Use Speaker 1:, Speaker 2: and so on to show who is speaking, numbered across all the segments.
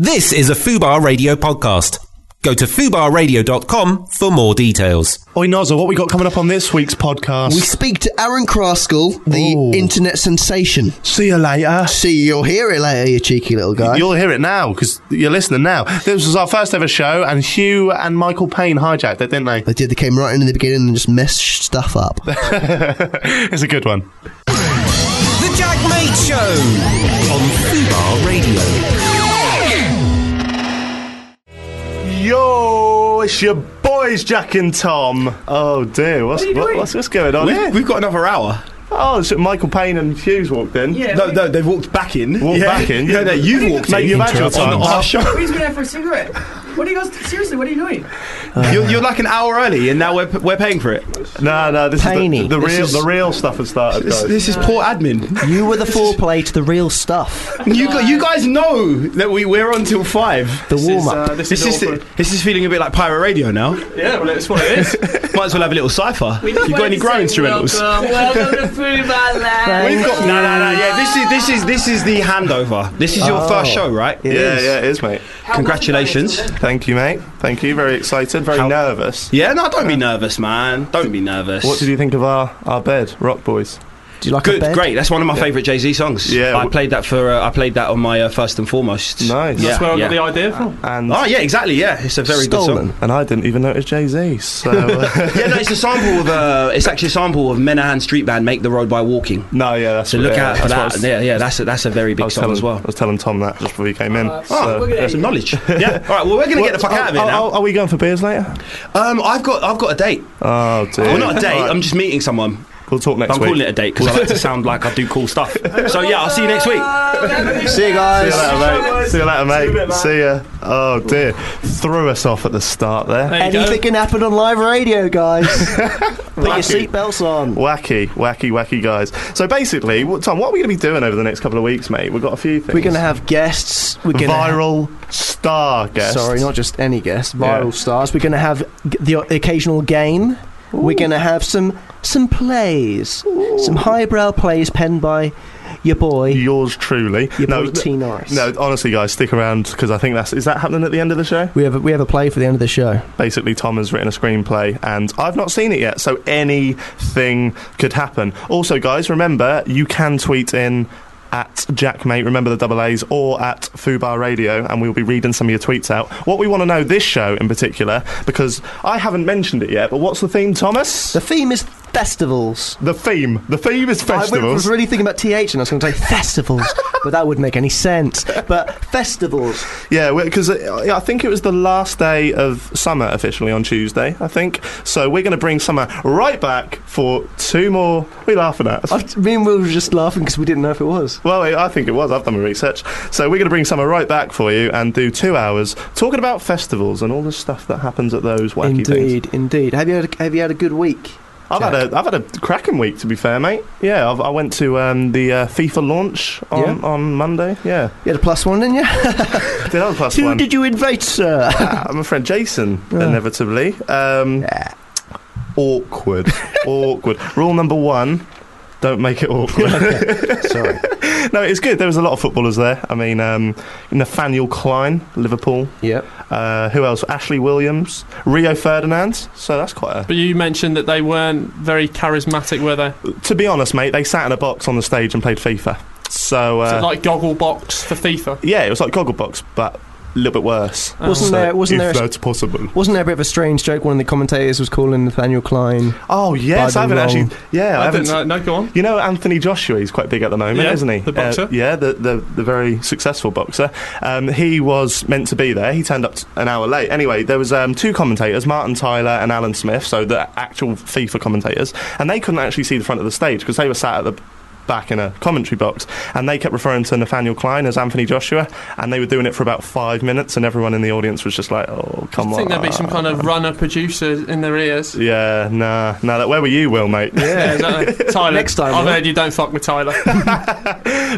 Speaker 1: This is a Fubar Radio podcast. Go to fubarradio.com for more details.
Speaker 2: Oi, Nozza, what we got coming up on this week's podcast?
Speaker 3: We speak to Aaron Kraskell, the
Speaker 2: Ooh.
Speaker 3: internet sensation.
Speaker 2: see you later.
Speaker 3: See, you'll hear it later, you cheeky little guy.
Speaker 2: You'll hear it now because you're listening now. This was our first ever show, and Hugh and Michael Payne hijacked it, didn't they?
Speaker 3: they did. They came right in at the beginning and just messed stuff up.
Speaker 2: it's a good one.
Speaker 1: The Jack Mate Show on Fubar Radio.
Speaker 2: Yo, it's your boys, Jack and Tom. Oh dear, what's what, what's, what's going on? here?
Speaker 4: We've got another hour.
Speaker 2: Oh, it's Michael Payne and Hughes walked in. Yeah.
Speaker 4: No, no, they've walked back in.
Speaker 2: Walked back in?
Speaker 4: No, no, you've walked
Speaker 2: Mate,
Speaker 4: in.
Speaker 2: you've had your time.
Speaker 4: on our show.
Speaker 5: He's going out for a cigarette. What are you guys? Seriously, what are you doing?
Speaker 4: you're, you're like an hour early, and now we're, p- we're paying for it.
Speaker 2: No, no, this is
Speaker 6: Painey.
Speaker 2: the, the
Speaker 3: This
Speaker 2: real
Speaker 3: is-
Speaker 2: the real stuff has started.
Speaker 4: This,
Speaker 2: guys.
Speaker 4: this is poor admin.
Speaker 6: You were the foreplay to the real stuff.
Speaker 4: You, gu- you guys know that we, we're on till five.
Speaker 6: The warm up.
Speaker 4: This, is this is feeling a bit like pirate radio now.
Speaker 5: Yeah, well, that's what it is.
Speaker 4: Might as well have a little cipher. You
Speaker 5: Just
Speaker 4: got
Speaker 5: wanted
Speaker 4: any
Speaker 5: to
Speaker 4: grime
Speaker 5: say
Speaker 4: instrumentals?
Speaker 5: Welcome, welcome to Food by Lab.
Speaker 4: We've got no, no, no. Yeah, this is this is this is the handover. This is your first show, right?
Speaker 2: Oh. yeah, yeah, it is, mate.
Speaker 4: Congratulations.
Speaker 2: Thank you, mate. Thank you. Very excited. Very nervous.
Speaker 4: Yeah, no, don't be nervous, man. Don't be nervous.
Speaker 2: What did you think of our, our bed, Rock Boys?
Speaker 6: Do you like a
Speaker 4: Good,
Speaker 6: bed?
Speaker 4: great. That's one of my favourite Jay Z songs.
Speaker 2: Yeah,
Speaker 4: I
Speaker 2: w-
Speaker 4: played that for. Uh, I played that on my uh, first and foremost.
Speaker 2: Nice.
Speaker 4: Yeah,
Speaker 2: That's
Speaker 5: Where I
Speaker 4: yeah.
Speaker 5: got the idea from.
Speaker 2: And
Speaker 4: Oh yeah, exactly. Yeah, it's a very
Speaker 6: Stolen.
Speaker 4: good
Speaker 2: and I didn't even notice Jay Z. So uh,
Speaker 4: song. yeah, no, it's a sample of. Uh, it's actually a sample of Menahan Street Band "Make the Road by Walking."
Speaker 2: no, yeah, that's
Speaker 4: So look
Speaker 2: yeah,
Speaker 4: out for
Speaker 2: that's what I
Speaker 4: that.
Speaker 2: was-
Speaker 4: Yeah, yeah, that's a, that's a very
Speaker 2: I
Speaker 4: big
Speaker 2: was,
Speaker 4: song
Speaker 2: telling,
Speaker 4: as well.
Speaker 2: I was telling Tom that just before he came in.
Speaker 5: Oh,
Speaker 2: so.
Speaker 5: we're gonna-
Speaker 4: That's some knowledge. yeah. All right. Well, we're gonna get the fuck out of
Speaker 2: Oh,
Speaker 4: here now.
Speaker 2: oh, are we going for beers later?
Speaker 4: Um, I've got I've got a date.
Speaker 2: Oh dear.
Speaker 4: Well, not a date.
Speaker 2: Alright,
Speaker 4: I'm just meeting someone.
Speaker 2: we'll talk next
Speaker 4: I'm
Speaker 2: week.
Speaker 4: calling it a date because I like to sound like I do cool stuff. So yeah, I'll see you next week.
Speaker 6: See you
Speaker 2: See you
Speaker 6: guys.
Speaker 2: later, mate. See you later,
Speaker 5: See you
Speaker 2: mate.
Speaker 5: later.
Speaker 2: See ya. Oh dear. Threw us off at the start there.
Speaker 5: There you
Speaker 6: Anything
Speaker 5: go.
Speaker 6: can happen on live radio, guys. Put your
Speaker 2: Wacky.
Speaker 6: seatbelts on.
Speaker 2: Wacky, wacky, wacky guys. So basically, what, Tom, what are we going to be doing over the next couple of weeks, mate? We've got a few things.
Speaker 6: We're going to have guests. We're going to
Speaker 2: viral star guest.
Speaker 6: Sorry, not just any guests. Viral
Speaker 2: Yeah.
Speaker 6: stars. We're going to have g- the o- occasional game. We're going to have some some plays, some highbrow plays penned by your boy,
Speaker 2: yours truly.
Speaker 6: your
Speaker 2: no,
Speaker 6: boy T Norris.
Speaker 2: no, honestly, guys, stick around because I think that's is that happening at the end of the show.
Speaker 6: We have a, we have a play for the end of the show.
Speaker 2: Basically, Tom has written a screenplay, and I've not seen it yet, so anything could happen. Also, guys, remember you can tweet in. At Jackmate, remember the double A's, or at Fubar Radio, and we'll be reading some of your tweets out. What we want to know this show in particular, because I haven't mentioned it yet, but what's the theme, Thomas?
Speaker 6: The theme is festivals.
Speaker 2: The theme. The theme is
Speaker 6: I was
Speaker 2: festivals.
Speaker 6: really thinking about TH and I was going to say festivals, but that wouldn't make any sense. But festivals.
Speaker 2: Yeah, because I think it was the last day of summer officially on Tuesday, I think. So we're going to bring summer right back for two more. What are you laughing at?
Speaker 6: I, me and Will were just laughing because we didn't know if it was.
Speaker 2: Well, I I think it was. I've done my research. So we're going to bring summer right back for you and do two hours talking about festivals and all the stuff that happens at those wacky things.
Speaker 6: indeed, indeed. Have you had a, have you had a good week?
Speaker 2: I've had a I've had a cracking week to be fair, mate. Yeah, I've, I went to um, the uh, FIFA launch on, on Monday. Yeah,
Speaker 6: You had a plus one, didn't you?
Speaker 2: did I plus
Speaker 6: Who
Speaker 2: one?
Speaker 6: did you invite, sir?
Speaker 2: Ah, I'm a friend Jason, inevitably. Um, Awkward. awkward. Rule number one. Don't make it awkward.
Speaker 6: Sorry.
Speaker 2: no, it's good. There was a lot of footballers there. I mean, um, Nathaniel Klein, Liverpool.
Speaker 6: Yep.
Speaker 2: Uh, who else? Ashley Williams, Rio Ferdinand. So that's quite a.
Speaker 5: But you mentioned that they weren't very charismatic, were they?
Speaker 2: To be honest, mate, they sat in a box on the stage and played FIFA. So, uh,
Speaker 5: so like goggle box for FIFA.
Speaker 2: yeah, it was like Gogglebox, but a little bit worse.
Speaker 6: Wasn't
Speaker 2: Oh. So,
Speaker 6: there- wasn't
Speaker 2: if uh,
Speaker 6: there-
Speaker 2: that's possible.
Speaker 6: Wasn't there a bit of a strange joke? One of the commentators was calling Nathaniel Klein.
Speaker 2: Oh yes,
Speaker 6: By
Speaker 2: I haven't
Speaker 6: the
Speaker 2: actually.
Speaker 6: wrong-
Speaker 2: Yeah, I,
Speaker 5: I,
Speaker 2: haven't.
Speaker 5: didn't know. No, go on.
Speaker 2: You know Anthony Joshua, he's quite big at the moment,
Speaker 5: Yeah,
Speaker 2: isn't he?
Speaker 5: the boxer.
Speaker 2: Uh, yeah, the, the the very successful boxer. Um, he was meant to be there. He turned up t- an hour late. Anyway, there was um, two commentators, Martin Tyler and Alan Smith, so the actual FIFA commentators, and they couldn't actually see the front of the stage because they were sat at the back in a commentary box and they kept referring to Nathaniel Klein as Anthony Joshua and they were doing it for about 5 minutes and everyone in the audience was just like oh come
Speaker 5: I
Speaker 2: on
Speaker 5: think there'd be some kind of runner producer in their ears.
Speaker 2: yeah nah nah that, where were you Will mate
Speaker 5: Yeah, exactly. Tyler.
Speaker 6: Next time,
Speaker 5: I've
Speaker 6: will.
Speaker 5: heard you don't fuck with Tyler.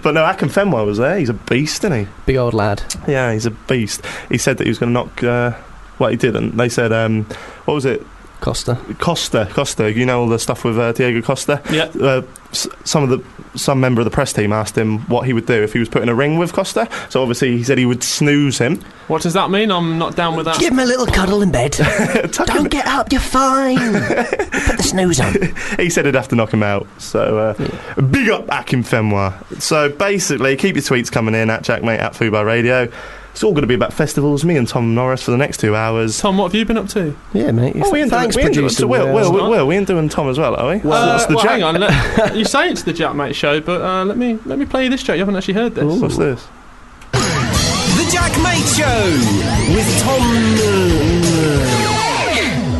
Speaker 2: but no Akin Fenway was there he's a beast isn't he
Speaker 6: Big old lad.
Speaker 2: Yeah, he's a beast. He said that he was going to knock. Uh, well, he didn't. They said, um, what was it?
Speaker 6: Costa.
Speaker 2: Costa. Costa. You know all the stuff with uh, Diego Costa?
Speaker 5: yeah.
Speaker 2: Uh, s- some of the some member of the press team asked him what he would do if he was put in a ring with Costa. So obviously he said he would snooze him.
Speaker 5: What does that mean? I'm not down with that.
Speaker 6: Give him a little cuddle in bed.
Speaker 2: Tuck him-
Speaker 6: Don't get up, you're fine. Put the snooze on.
Speaker 2: he said he'd have to knock him out. So uh, big up Akim Fenwa. So basically, keep your tweets coming in at Jackmate at Fubar Radio. It's all going to be about festivals. Me and Tom Norris for the next two hours.
Speaker 5: Tom, what have you been up to?
Speaker 6: Yeah, mate.
Speaker 2: Oh, we ain't doing,
Speaker 6: Thanks,
Speaker 2: we ain't doing,
Speaker 6: producer.
Speaker 2: so Will, Will,
Speaker 5: Will.
Speaker 2: Will, Will, we ain't doing Tom as well, are we?
Speaker 5: Uh,
Speaker 2: What's the
Speaker 5: well,
Speaker 2: Jack-
Speaker 5: hang on. Let, you say it's the Jackmate show, but uh, let me let me play you this track. You haven't actually heard this.
Speaker 2: What's this?
Speaker 1: The Jack Mate Show with Tom.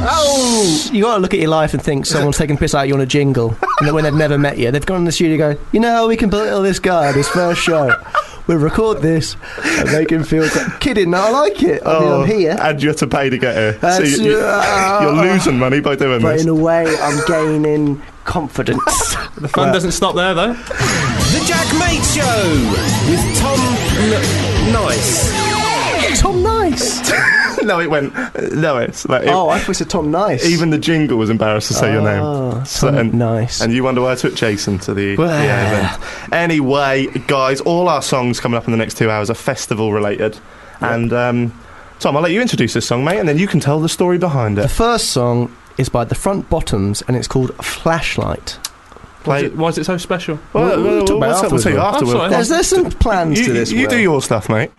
Speaker 6: Oh, you gotta look at your life and think someone's taking piss out of you on a jingle, and then when they've never met you, they've gone in the studio and go, you know, how we can belittle this guy at his first show. We'll record this and make him feel great. kidding. I like it. I mean, I'm here,
Speaker 2: and you have to pay to get here. Oh. so
Speaker 6: That's-
Speaker 2: you,
Speaker 6: uh,
Speaker 2: are losing money by doing
Speaker 6: but
Speaker 2: this.
Speaker 6: in a way, I'm gaining confidence.
Speaker 5: The fun doesn't stop there though.
Speaker 1: The Jack Mate Show with Tom N- Nice.
Speaker 6: Tom Nice.
Speaker 2: no, it went. No, it's like it-
Speaker 6: Oh, I thought it was Tom Nice.
Speaker 2: even the jingle was embarrassed to say your
Speaker 6: Oh,
Speaker 2: name. So-
Speaker 6: Tom
Speaker 2: and-
Speaker 6: Nice.
Speaker 2: And you wonder why I took Jason to the, the
Speaker 6: Well.
Speaker 2: event. Anyway, guys, all our songs coming up in the next two hours are festival related. And um, Tom, I'll let you introduce this song, mate, and then you can tell the story behind
Speaker 6: the
Speaker 2: it.
Speaker 6: first song is by the Front Bottoms, and it's called Flashlight.
Speaker 5: Why is,
Speaker 2: Play-
Speaker 5: it, why is it so special?
Speaker 2: Well,
Speaker 6: We'll- we'll
Speaker 2: well,
Speaker 6: talk about
Speaker 2: what's
Speaker 6: it
Speaker 2: up- we'll tell you
Speaker 6: afterwards,
Speaker 5: Will.
Speaker 2: afterwards.
Speaker 5: I'm
Speaker 6: There's, there's some plans
Speaker 2: You,
Speaker 6: to this.
Speaker 2: you
Speaker 6: Will.
Speaker 2: do your stuff, mate.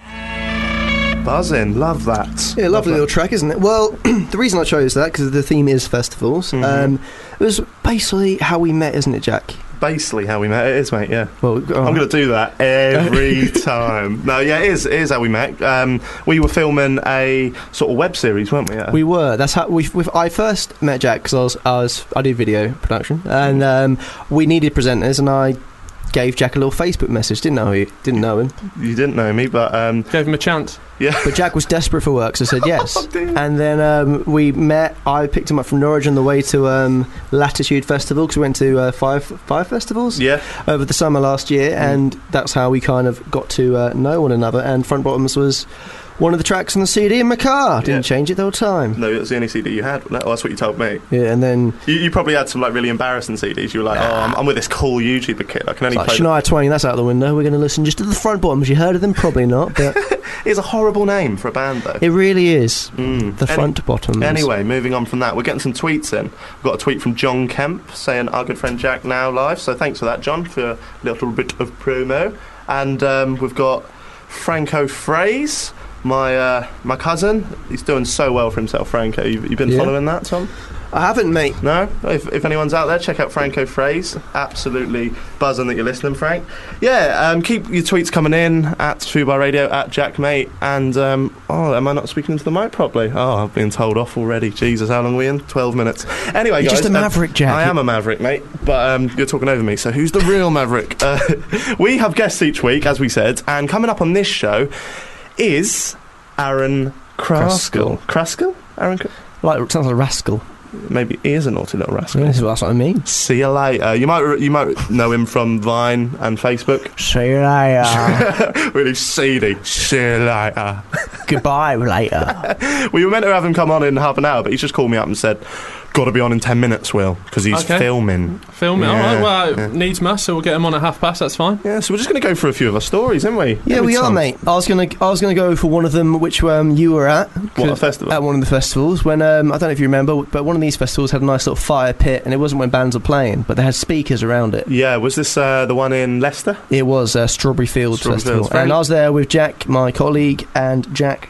Speaker 2: Buzzing, love that.
Speaker 6: Yeah,
Speaker 2: Love
Speaker 6: lovely
Speaker 2: that.
Speaker 6: little track, isn't it? Well, the reason I chose that because the theme is festivals.
Speaker 2: Mm-hmm.
Speaker 6: Um, it was basically how we met, isn't it, Jack?
Speaker 2: Basically, how we met. It is, mate. Yeah.
Speaker 6: Well, uh,
Speaker 2: I'm going to do that every time. No, yeah, it is, it is how we met. Um, we were filming a sort of web series, weren't we? Yeah.
Speaker 6: We were. That's how we. we I first met Jack because I was, I was. I do video production, and um, we needed presenters, and I gave Jack a little Facebook message. Didn't know he didn't know him,
Speaker 2: you didn't know me, but um,
Speaker 5: Gave him a chance.
Speaker 6: but Jack was desperate for work, so said yes.
Speaker 2: Oh, dear.
Speaker 6: and then um, we met. I picked him up from Norwich on the way to um, Latitude Festival because we went to uh, five five festivals.
Speaker 2: yeah, Mm.
Speaker 6: over the summer last year, and that's how we kind of got to uh, know one another. And Front Bottoms was one of the tracks on the CD in my car. Didn't
Speaker 2: Yeah.
Speaker 6: change it the whole time.
Speaker 2: no, that's the only CD you had. wasn't it? Well, that's what you told me.
Speaker 6: Yeah, and then
Speaker 2: You, you probably had some like really embarrassing CDs. You were like, oh, I'm, I'm with this cool YouTuber kid. I can only
Speaker 6: like
Speaker 2: play.
Speaker 6: Shania Twain, that's out the window. We're going to listen just to the Front Bottoms. You heard of them? Probably not, but
Speaker 2: It's a horrible name for a band, though.
Speaker 6: it really is
Speaker 2: Mm.
Speaker 6: the
Speaker 2: Any-
Speaker 6: Front Bottoms.
Speaker 2: Anyway, moving on from that, we're getting some tweets in. We've got a tweet from John Kemp saying, Our good friend Jack now live. So thanks for that, John, for a little bit of promo. And um, we've got Franco Fraze, my uh, my cousin. He's doing so well for himself, Franco. You've, you've been
Speaker 6: Yeah.
Speaker 2: following that, Tom?
Speaker 6: I haven't, mate.
Speaker 2: No? If, if anyone's out there, check out Franco Fraze. Absolutely buzzing that you're listening, Frank. Yeah, um, keep your tweets coming in at Fubar Radio, at Jack Mate. And, um, oh, am I not speaking into the mic properly? Oh, I've been told off already. Jesus, how long are we in? 12 minutes. Anyway,
Speaker 6: You're
Speaker 2: guys,
Speaker 6: just a
Speaker 2: um,
Speaker 6: maverick, Jack.
Speaker 2: I am a maverick, mate, but um, you're talking over me. So who's the real maverick? Uh, we have guests each week, as we said, and coming up on this show is Aaron Kraskell. Kraskell? Aaron, Kr-
Speaker 6: Like, sounds like a rascal.
Speaker 2: maybe he is a naughty little rascal.
Speaker 6: That's what that's what I mean.
Speaker 2: See you later. Uh, You might you might know him from Vine and Facebook.
Speaker 6: See you later.
Speaker 2: Really seedy. See you later.
Speaker 6: Goodbye later.
Speaker 2: We were meant to have him come on in half an hour, but he's just called me up and said, "Got to be on in ten minutes, Will, because he's
Speaker 5: Okay.
Speaker 2: filming."
Speaker 5: Film it.
Speaker 2: Yeah,
Speaker 5: All right. Well, it
Speaker 2: yeah.
Speaker 5: needs must, so we'll get him on at half past. That's fine.
Speaker 2: Yeah, so we're just going to go through a few of our stories, aren't we?
Speaker 6: Yeah,
Speaker 2: Every
Speaker 6: we are,
Speaker 2: time.
Speaker 6: mate. I was gonna, I was gonna go for one of them, which um, you were at.
Speaker 2: What a festival!
Speaker 6: at one of the festivals when um, I don't know if you remember, but one of these festivals had a nice little fire pit, and it wasn't when bands were playing, but they had speakers around it.
Speaker 2: yeah, was this uh, the one in Leicester?
Speaker 6: It was uh, Strawberry Fields
Speaker 2: Strawberry
Speaker 6: Festival,
Speaker 2: Fields, very-
Speaker 6: and I was there with Jack, my colleague, and Jack.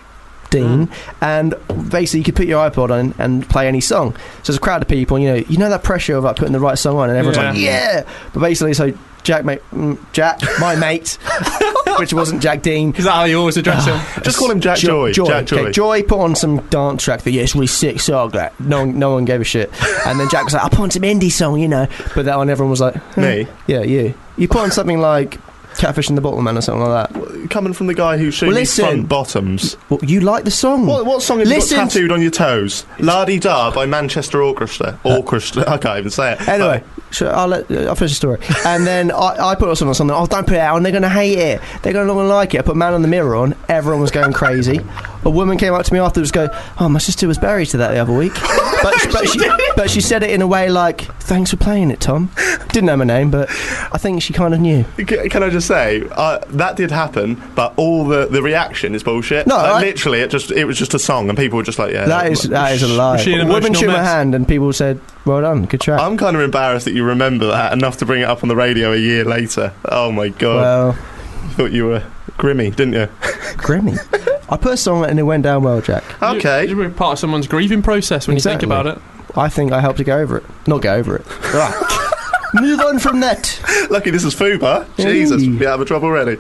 Speaker 6: Dean,
Speaker 2: Hmm.
Speaker 6: and basically you could put your iPod on and play any song. So there's a crowd of people, and you know, you know that pressure of like putting the right song on, and everyone's like, "Yeah!" But basically, so Jack, mate, mm, Jack, my mate, which wasn't Jack Dean,
Speaker 5: Is that how you always address him?
Speaker 2: Just call him Jack
Speaker 6: Jo-
Speaker 2: Joy. Jack Joy.
Speaker 6: Okay, Joy put on some dance track that, yeah, it's really sick song. Like, no, one, no one gave a shit. And then Jack was like, I put on some indie song, you know. But that one, everyone was like, "Huh,
Speaker 2: Me
Speaker 6: Yeah, you. You put on something like Catfish in the Bottle Man or something like that.
Speaker 2: coming from the guy who shoots
Speaker 6: Well, listen.
Speaker 2: front bottoms.
Speaker 6: Well, you like the song.
Speaker 2: What, what song have
Speaker 6: Listen
Speaker 2: you
Speaker 6: to-
Speaker 2: got tattooed on your toes? Uh. La Di Da by Manchester Orchestra. Orchestra. I can't even say it.
Speaker 6: Anyway, so I'll, let, I'll finish the story. And then I, I put on something, something, oh, don't put it out, and they're going to hate it. They're going to not gonna like it. I put Man on the Mirror on, everyone was going crazy. a woman came up to me afterwards, go, "Oh, my sister was buried to that the other week," but, but she but she said it in a way like, "Thanks for playing it, Tom." Didn't know my name, but I think she kind of knew.
Speaker 2: C- Can I just say uh, that did happen, but all the, the reaction is bullshit.
Speaker 6: No,
Speaker 2: Like,
Speaker 6: I-
Speaker 2: literally, it just it was just a song, and people were just like, "Yeah."
Speaker 6: That is that is a lie.
Speaker 5: she an
Speaker 6: A woman
Speaker 5: emotional
Speaker 6: shook my
Speaker 5: mess?
Speaker 6: hand, and people said, "Well done, good track."
Speaker 2: I'm kind of embarrassed that you remember that enough to bring it up on the radio a year later. Oh my god!
Speaker 6: well,
Speaker 2: I thought you were grimy, didn't you?
Speaker 6: Grimmy. I put a song and it went down well, Jack.
Speaker 2: Okay.
Speaker 5: You, you're part of someone's grieving process when
Speaker 6: Exactly.
Speaker 5: you think about it.
Speaker 6: I think I helped to go over it. Not go over it. Move on from that.
Speaker 2: Lucky this is Fuba. Jesus,
Speaker 6: Hey.
Speaker 2: be out of trouble already.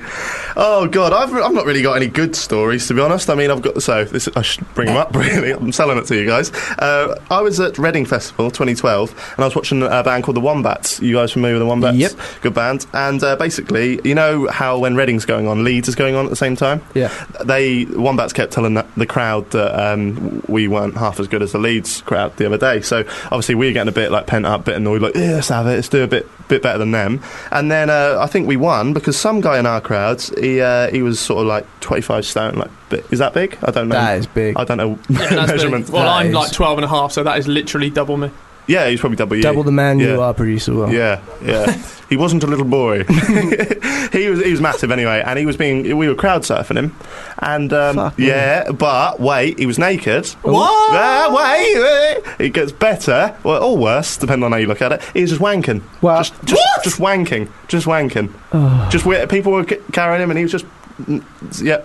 Speaker 2: Oh god, I've, I've not really got any good stories to be honest. I mean, I've got so this I should bring them up. Really, I'm selling it to you guys. Uh, I was at Reading Festival 2012, and I was watching a band called the Wombats. You guys familiar with the Wombats?
Speaker 6: Yep.
Speaker 2: good band. And uh, basically, you know how when Reading's going on, Leeds is going on at the same time.
Speaker 6: Yeah.
Speaker 2: They Wombats kept telling the, the crowd that um, we weren't half as good as the Leeds crowd the other day. So obviously we were getting a bit like pent up, bit annoyed, like yeah, let's have it, let's do a bit bit better than them. And then uh, I think we won because some guy in our crowds, he uh, he was sort of like 25 stone, like bit, is that big? I don't know.
Speaker 6: That is big.
Speaker 2: I don't know
Speaker 5: Yeah, that's big.
Speaker 2: measurements.
Speaker 5: Well,
Speaker 6: That
Speaker 5: I'm
Speaker 6: is-
Speaker 5: like 12 and a half, so that is literally double me.
Speaker 2: Yeah, he's probably double you.
Speaker 6: Double the man
Speaker 2: Yeah.
Speaker 6: you are, producer. Will.
Speaker 2: Yeah, yeah. he wasn't a little boy. he was he was massive anyway, and he was being we were crowd surfing him, and um,
Speaker 6: Fuck,
Speaker 2: yeah, but wait, he was naked.
Speaker 5: What?
Speaker 2: Ah, wait, wait. it gets better well, or worse, depending on how you look at it. He was just wanking.
Speaker 6: Well-
Speaker 2: just, just, just wanking, just wanking, just we- people were c- carrying him, and he was just mm, yeah.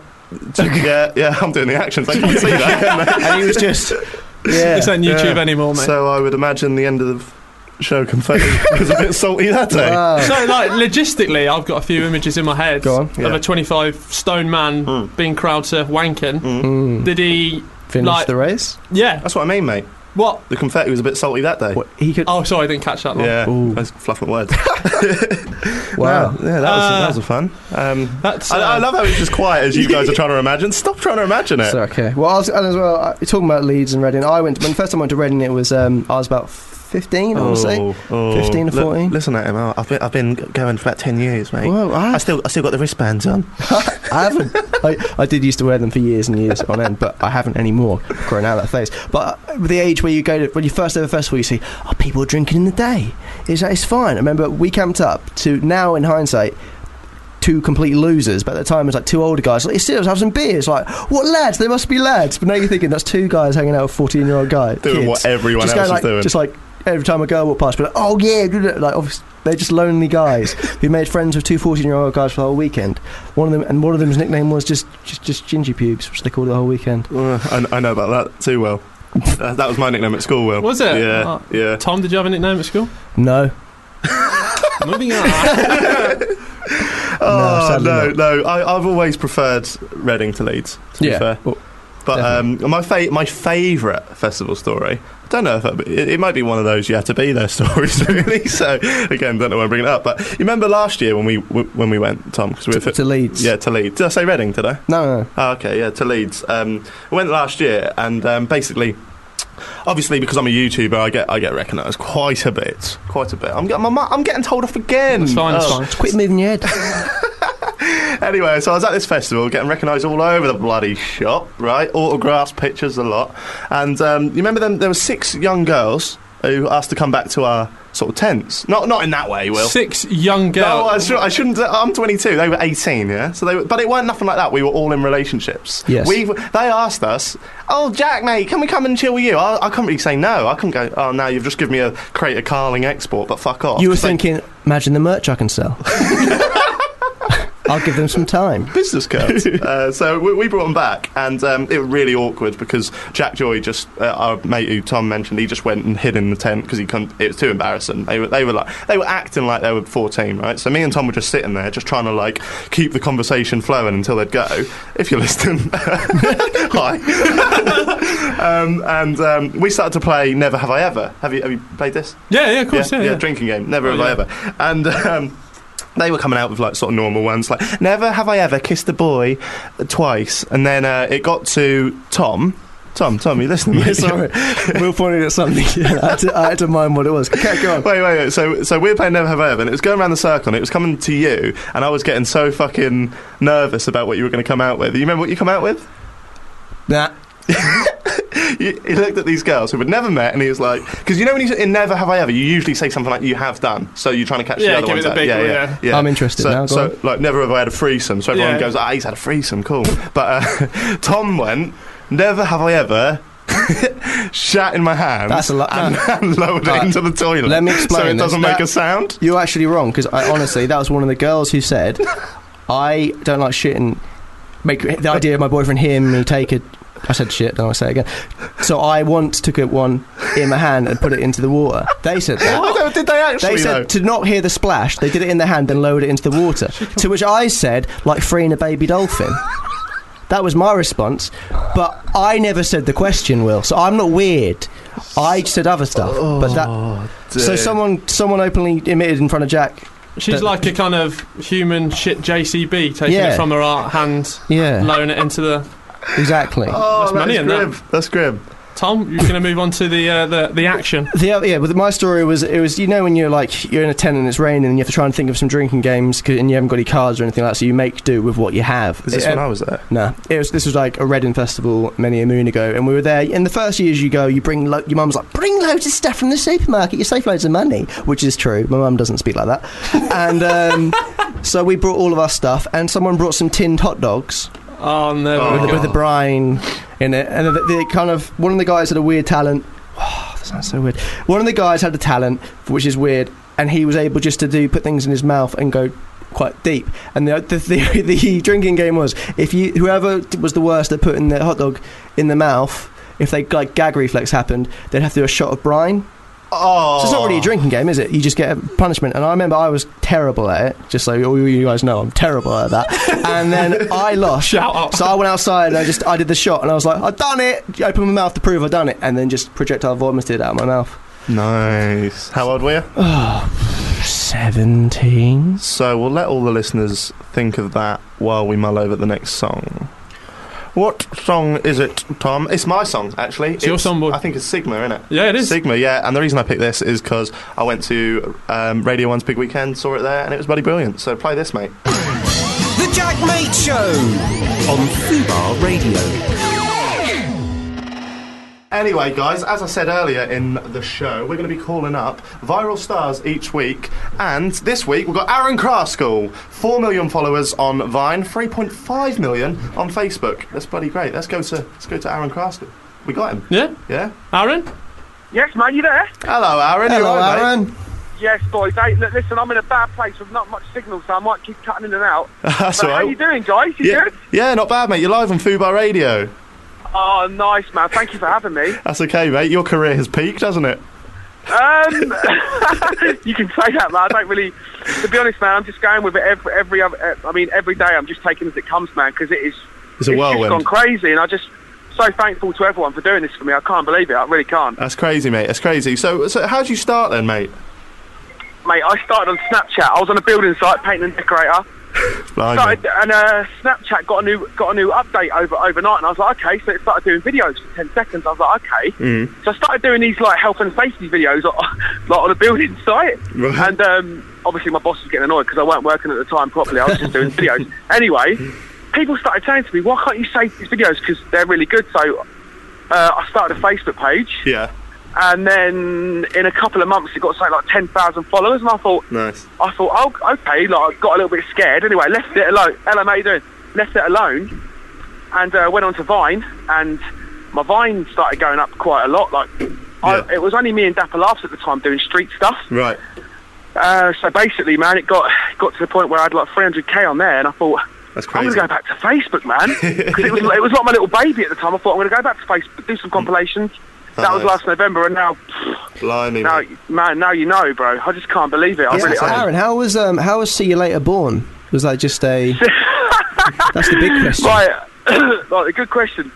Speaker 2: yeah, yeah, I'm doing the actions. I can't see that. can
Speaker 6: And he was just. Yeah.
Speaker 5: It's on YouTube
Speaker 2: Yeah.
Speaker 5: anymore,
Speaker 2: I?
Speaker 5: mate. So,
Speaker 2: So I would imagine the end of the show confetti was a bit salty that day.
Speaker 6: Wow.
Speaker 5: like, logistically, I've got a few images in my head
Speaker 6: Go on.
Speaker 5: of
Speaker 2: Yeah.
Speaker 5: a 25 stone man being crowd surf wanking.
Speaker 2: Hmm.
Speaker 6: Mm.
Speaker 5: Did he?
Speaker 6: Finished
Speaker 5: Like-
Speaker 6: the race.
Speaker 5: Yeah.
Speaker 2: That's what I mean, mate.
Speaker 5: What?
Speaker 2: The confetti was a bit salty that day.
Speaker 6: What, he could.
Speaker 5: Oh, sorry, I didn't catch that one.
Speaker 2: Yeah,
Speaker 6: Ooh.
Speaker 2: I was fluffing words.
Speaker 6: wow.
Speaker 2: yeah, that was,
Speaker 5: Uh,
Speaker 2: that was a fun. Um,
Speaker 5: That's.
Speaker 2: I, I
Speaker 5: uh,
Speaker 2: love how it's as quiet as you guys are trying to imagine. Stop trying to imagine it.
Speaker 6: So, okay. Well, I was, and as well, I, you're talking about Leeds and Reading. I went when the first time I went to Reading. It was um, I was about fifteen. I want to say.
Speaker 2: oh.
Speaker 6: 15 to
Speaker 2: Look,
Speaker 6: 14.
Speaker 2: listen at him. oh, I've been, I've been going for about ten years, mate.
Speaker 6: Whoa, I,
Speaker 2: I still, I still got the wristbands on.
Speaker 6: I haven't. I, I did used to wear them for years and years on end, but I haven't anymore. Growing out of that phase. But uh, with the age where you go to when you first ever festival, you see, oh, people are drinking in the day. It's it's fine. I remember we camped up to now in hindsight. Two complete losers, but at the time it was like two older guys. Like, still have some beers. Like, what lads? They must be lads. But now you're thinking that's two guys hanging out with fourteen-year-old guy
Speaker 2: Doing
Speaker 6: kids.
Speaker 2: what everyone
Speaker 6: just
Speaker 2: else
Speaker 6: going
Speaker 2: is
Speaker 6: like,
Speaker 2: doing.
Speaker 6: just like every time a girl walked past, be like, oh yeah, blah, blah," like obviously, they're just lonely guys who made friends with two 14 year old guys for the whole weekend. One of them, and one of them's nickname was just just just Gingy Pubes, which they called it the whole weekend.
Speaker 2: Uh, I, I know about that too well. Uh, that was my nickname at school. Will
Speaker 5: Was it?
Speaker 2: Yeah,
Speaker 5: Oh.
Speaker 2: yeah.
Speaker 5: Tom, did you have a nickname at school?
Speaker 6: No,
Speaker 5: Moving on.
Speaker 2: Oh
Speaker 6: sadly
Speaker 2: no, no. I, I've always preferred Reading to Leeds. To be fair.
Speaker 6: Well,
Speaker 2: But um, my fa- my favourite festival story. I don't know if that, it, it might be one of those you have to be there stories really. So again, don't know why I'm bringing it up. But you remember last year when we when we went, Tom, because we were
Speaker 6: to,
Speaker 2: fit-
Speaker 6: to Leeds.
Speaker 2: yeah to Leeds. Did I say Reading? Did I?
Speaker 6: No, no.
Speaker 2: Oh, okay, yeah, to Leeds. Um, I went last year, and um, basically, obviously, because I'm a YouTuber, I get I get recognised quite a bit, quite a bit. I'm, get, my, mu- I'm getting told off again.
Speaker 5: That's fine, that's
Speaker 2: Oh.
Speaker 5: fine.
Speaker 6: Just quit moving your head.
Speaker 2: Anyway, so I was at this festival, getting recognised all over the bloody shop, right? Autographs, pictures, a lot. And um, you remember them? There were six young girls who asked to come back to our sort of tents. Not not in that way, Will.
Speaker 5: Six young
Speaker 2: No, I,
Speaker 5: girls.
Speaker 2: shou- I shouldn't. uh, I'm 22. They were 18, yeah. So they, were, but it weren't nothing like that. We were all in relationships.
Speaker 6: Yes.
Speaker 2: We they asked us, "Oh, Jack, mate, can we come and chill with you?" I, I couldn't really say no. I couldn't go. Oh, no, you've just given me a crate of Carling export, but fuck off.
Speaker 6: You were
Speaker 2: It's like,
Speaker 6: thinking, imagine the merch I can sell. I'll give them some time.
Speaker 2: business cards. uh, so we, we brought them back, and um, it was really awkward because Jack Joy just uh, our mate who Tom mentioned, he just went and hid in the tent because he couldn't. It was too embarrassing. They were they were like they were acting like they were fourteen, right? So me and Tom were just sitting there, just trying to like keep the conversation flowing until they'd go. If you're listening, hi. um, and um, we started to play Never Have I Ever. Have you have you played this?
Speaker 5: yeah, yeah, of course, yeah. yeah,
Speaker 2: drinking game. Never
Speaker 5: Oh,
Speaker 2: have
Speaker 5: yeah.
Speaker 2: I ever. And um, they were coming out with like sort of normal ones, like never have I ever kissed a boy twice. And then uh, it got to Tom. Tom, Tom, you listening? mate?
Speaker 6: Sorry, we were pointing at something. I, had to, I had to mind what it was. Okay, go on.
Speaker 2: Wait, wait, wait. So, so we were playing Never Have I Ever, and it was going around the circle, and it was coming to you, and I was getting so fucking nervous about what you were going to come out with. You remember what you come out with?
Speaker 6: Nah.
Speaker 2: he he looked at these girls who had never met, and he was like, "Because you know when you say, in Never Have I Ever, you usually say something like you have done, so you're trying to catch
Speaker 5: Yeah,
Speaker 2: the other
Speaker 5: give it
Speaker 2: ones
Speaker 5: the
Speaker 2: out.
Speaker 5: big
Speaker 2: yeah,
Speaker 5: one,
Speaker 2: yeah,
Speaker 5: yeah.
Speaker 2: yeah.
Speaker 6: I'm interested
Speaker 2: so,
Speaker 6: now, go
Speaker 2: So
Speaker 6: on.
Speaker 2: like, never have I had a threesome. So everyone
Speaker 5: Yeah.
Speaker 2: goes, "Ah, he's had a threesome, cool." but uh, Tom went, "Never have I ever." shat in my hand
Speaker 6: That's a lot.
Speaker 2: and,
Speaker 6: No.
Speaker 2: and lowered
Speaker 6: Right.
Speaker 2: it into the toilet
Speaker 6: Let me
Speaker 2: so
Speaker 6: explain
Speaker 2: it
Speaker 6: this.
Speaker 2: doesn't make
Speaker 6: That-
Speaker 2: a sound
Speaker 6: You're actually wrong because I honestly, that was one of the girls who said, "I don't like shit and make the idea of my boyfriend hearing me take it." I said shit, then I say it again. So I once took it one in my hand and put it into the water. They said that.
Speaker 2: I don't- did they actually
Speaker 6: They
Speaker 2: though?
Speaker 6: said to not hear the splash. They did it in their hand, then lowered it into the water. to which I said, like freeing a baby dolphin. that was my response, but I never said the question, Will. So I'm not weird. I said other stuff, but that. So
Speaker 2: Oh, dear.
Speaker 6: someone, someone openly admitted in front of Jack.
Speaker 5: She's
Speaker 6: But-
Speaker 5: like a kind of human shit JCB taking
Speaker 6: Yeah.
Speaker 5: it from her art hand,
Speaker 6: Yeah,
Speaker 5: lowering it into the.
Speaker 6: exactly.
Speaker 2: oh,
Speaker 5: That's money
Speaker 2: that's
Speaker 5: in that.
Speaker 2: grim that's grim
Speaker 5: Tom, you're going to move on to the uh, the the action.
Speaker 6: The other, yeah, but my story was it was you know when you're like you're in a tent and it's raining and you have to try and think of some drinking games 'cause- and you haven't got any cards or anything like that, so you make do with what you have.
Speaker 2: is this
Speaker 6: It-
Speaker 2: when I was there
Speaker 6: Nah, it was. This was like a Reading festival many a moon ago, and we were there. In the first years you go, you bring lo- your mum's like bring loads of stuff from the supermarket. You save loads of money, which is true. My mum doesn't speak like that, and um, so we brought all of our stuff, and someone brought some tinned hot dogs
Speaker 5: Oh no,
Speaker 2: Oh.
Speaker 6: with,
Speaker 5: we've
Speaker 6: the,
Speaker 5: got-
Speaker 6: with the brine in it, and the, the kind of one of the guys had a weird talent. Wow, that sounds so weird. One of the guys had a talent which is weird, and he was able just to do put things in his mouth and go quite deep. And the the, the, the drinking game was if you whoever was the worst at putting the hot dog in the mouth. If they like gag reflex happened, they'd have to do a shot of brine.
Speaker 2: oh
Speaker 6: So it's not really a drinking game, is it? You just get a punishment. And I remember I was terrible at it. Just so all you guys know, I'm terrible at that. And then I lost.
Speaker 5: Shout out.
Speaker 6: So I went outside and I just I did the shot and I was like, I've done it. Open my mouth to prove I've done it, and then just projectile vomited out of my mouth.
Speaker 2: Nice. How old were you?
Speaker 6: Seventeen.
Speaker 2: So we'll let all the listeners think of that while we mull over the next song. What song is it, Tom? It's my song, actually.
Speaker 5: It's your song, boy.
Speaker 2: I think it's Sigma, isn't it?
Speaker 5: Yeah, it is.
Speaker 2: Sigma, yeah. And the reason I picked this is because I went to um, Radio One's Big Weekend, saw it there, and it was bloody brilliant. So play this, mate.
Speaker 1: The Jack Mate Show on Fubar Radio.
Speaker 2: Anyway, guys, as I said earlier in the show, we're going to be calling up viral stars each week. And this week, we've got Aaron Kraskell, 4 million followers on Vine, 3.5 million on Facebook. That's bloody great. Let's go to, let's go to Aaron Kraskell. We got him.
Speaker 5: Yeah,
Speaker 2: Yeah?
Speaker 5: Aaron.
Speaker 7: Yes, mate, you there?
Speaker 2: Hello, Aaron. You
Speaker 6: Hello,
Speaker 2: alright, mate?
Speaker 6: Aaron.
Speaker 7: Yes, boys. Hey, look, listen, I'm in a bad place with not much signal, so I might keep cutting in and out.
Speaker 2: That's
Speaker 7: but
Speaker 2: all
Speaker 7: how you
Speaker 2: right.
Speaker 7: doing, guys? You
Speaker 2: Yeah,
Speaker 7: good?
Speaker 2: yeah, not bad, mate. You're live on Fubar Radio.
Speaker 7: Oh, nice, man. Thank you for having me.
Speaker 2: That's okay, mate. Your career has peaked, hasn't it?
Speaker 7: Um, you can say that, man. I don't really, to be honest, man. I'm just going with it every, every other. eh, I mean, every day. I'm just taking it as it comes, man, because it is.
Speaker 2: It's a
Speaker 7: Just
Speaker 2: whirlwind.
Speaker 7: gone crazy, and I just so thankful to everyone for doing this for me. I can't believe it. I really can't,
Speaker 2: That's crazy, mate. That's crazy. So, so how'd you start then, mate?
Speaker 7: mate. I started on Snapchat. I was on a building site painting and decorator.
Speaker 2: Blimey.
Speaker 7: started, and uh, Snapchat got a new got a new update over overnight, and I was like, okay. So it started doing videos for ten seconds. I was like, okay.
Speaker 2: Mm.
Speaker 7: So I started doing these like health and safety videos, on- like on a building site,
Speaker 2: Right.
Speaker 7: and um, obviously my boss was getting annoyed because I weren't working at the time properly. I was just doing videos anyway. People started saying to me, why can't you save these videos because they're really good? So uh, I started a Facebook page,
Speaker 2: Yeah.
Speaker 7: and then in a couple of months it got something like ten thousand followers, and I thought.
Speaker 2: Nice.
Speaker 7: I thought, oh, okay, like I got a little bit scared. Anyway, left it alone. Ella, how you doing? Left it alone, and uh, went on to Vine, and my Vine started going up quite a lot. Like,
Speaker 2: Yeah.
Speaker 7: I, it was only me and Dapper Laughs at the time doing street stuff.
Speaker 2: Right.
Speaker 7: Uh, so basically, man, it got got to the point where I had like 300k on there, and I thought.
Speaker 2: That's
Speaker 7: I'm
Speaker 2: crazy.
Speaker 7: going to go back to Facebook, man. Because it was, it was like my little baby at the time. I thought I'm going to go back to Facebook, do some compilations. That was
Speaker 2: Nice.
Speaker 7: last November, and now,
Speaker 2: Blimey.
Speaker 7: now,
Speaker 2: mate.
Speaker 7: man, now you know, bro. I just can't believe it. I
Speaker 6: Yeah,
Speaker 7: really,
Speaker 6: so
Speaker 7: I,
Speaker 6: Aaron, how was um how was see you later born? Was that just a? that's the big question.
Speaker 7: Right, right, a good question.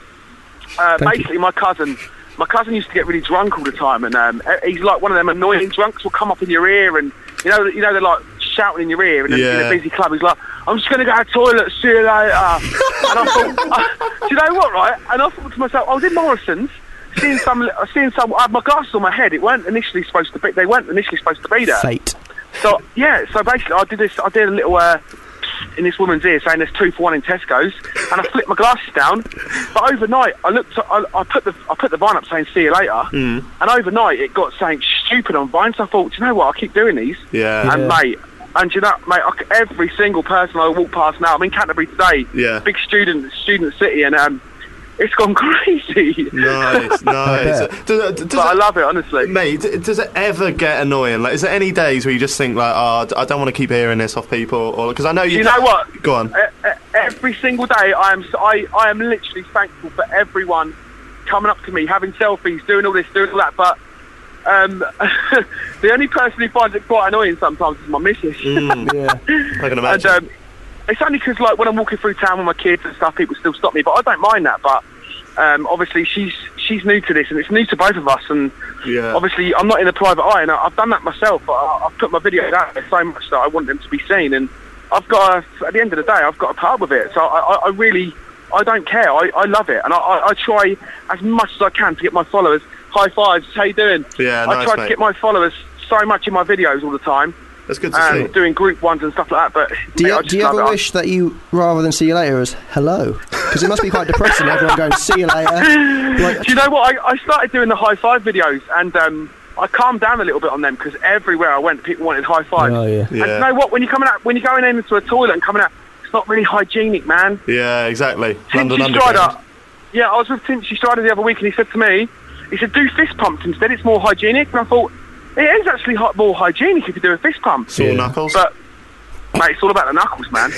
Speaker 7: Uh,
Speaker 6: Thank you.
Speaker 7: basically, my cousin, my cousin used to get really drunk all the time, and um, he's like one of them annoying drunks will come up in your ear, and you know, you know, they're like shouting in your ear, and in
Speaker 2: Yeah.
Speaker 7: a busy club, he's like, "I'm just going to go to the toilet, see you later." and I thought, do you know what, right? And I thought to myself, I was in Morrison's. Seeing some, seeing some, I had my glasses on my head. It weren't initially supposed to be. They weren't initially supposed to be there.
Speaker 6: Fate.
Speaker 7: So yeah, so basically, I did this. I did a little uh, in this woman's ear saying there's two for one in Tesco's, and I flipped my glasses down. But overnight, I looked, I, I put the I put the Vine up saying see you later,
Speaker 2: Hmm.
Speaker 7: and overnight it got saying stupid on Vine. So I thought, do you know what? I keep doing these,
Speaker 2: Yeah.
Speaker 7: and mate. And do you know, mate, I c every single person I walk past now, I'm in Canterbury today,
Speaker 2: Yeah.
Speaker 7: big student student city, and um, it's gone crazy.
Speaker 2: nice, nice. Does, does,
Speaker 7: uh, but I
Speaker 2: it-
Speaker 7: love it, honestly.
Speaker 2: Mate, d- does it ever get annoying? Like, is there any days where you just think like, "Oh, d- I don't want to keep hearing this off people," or because I know you.
Speaker 7: you know what?
Speaker 2: Go on.
Speaker 7: E- e- Every single day, I am s- I, I am literally thankful for everyone coming up to me, having selfies, doing all this, doing all that. But um, the only person who finds it quite annoying sometimes is my missus.
Speaker 2: I can
Speaker 7: and
Speaker 2: imagine.
Speaker 7: um, it's only because like when I'm walking through town with my kids and stuff, people still stop me. But I don't mind that. But um, obviously, she's she's new to this, and it's new to both of us. And
Speaker 2: yeah.
Speaker 7: obviously I'm not in the private eye, and I- I've done that myself. I- I, I've put my videos out there so much that I want them to be seen, and I've got to, at the end of the day, I've got to put up with it. So I, I, I really, I don't care. I, I love it, and I, I, I try as much as I can to get my followers high fives. How you doing?
Speaker 2: Yeah,
Speaker 7: I
Speaker 2: nice,
Speaker 7: try
Speaker 2: mate.
Speaker 7: to get my followers so much in my videos all the time,
Speaker 2: That's good to
Speaker 7: and
Speaker 2: see.
Speaker 7: doing group ones and stuff like that. But
Speaker 6: Do
Speaker 7: mate, I
Speaker 6: you,
Speaker 7: just
Speaker 6: do you
Speaker 7: love
Speaker 6: ever
Speaker 7: it. I-
Speaker 6: wish that you, rather than see you later, as hello? Because it must be quite depressing. Everyone going, see you later. Like,
Speaker 7: Do you know what? I, I started doing the high five videos, and um, I calmed down a little bit on them because everywhere I went, people wanted high fives.
Speaker 6: Oh, yeah.
Speaker 7: And
Speaker 2: Yeah.
Speaker 7: you know what? When you're coming out, when you're going into a toilet and coming out, it's not really hygienic, man.
Speaker 2: Yeah, exactly. London
Speaker 7: Tinchy
Speaker 2: Underground.
Speaker 7: Strider. Yeah, I was with Tinchy Strider the other week, and he said to me, he said, "Do fist pumps instead. It's more hygienic." And I thought, it is actually hy- more hygienic if you do a fist pump.
Speaker 2: Sore knuckles.
Speaker 7: But mate, it's all about the knuckles, man.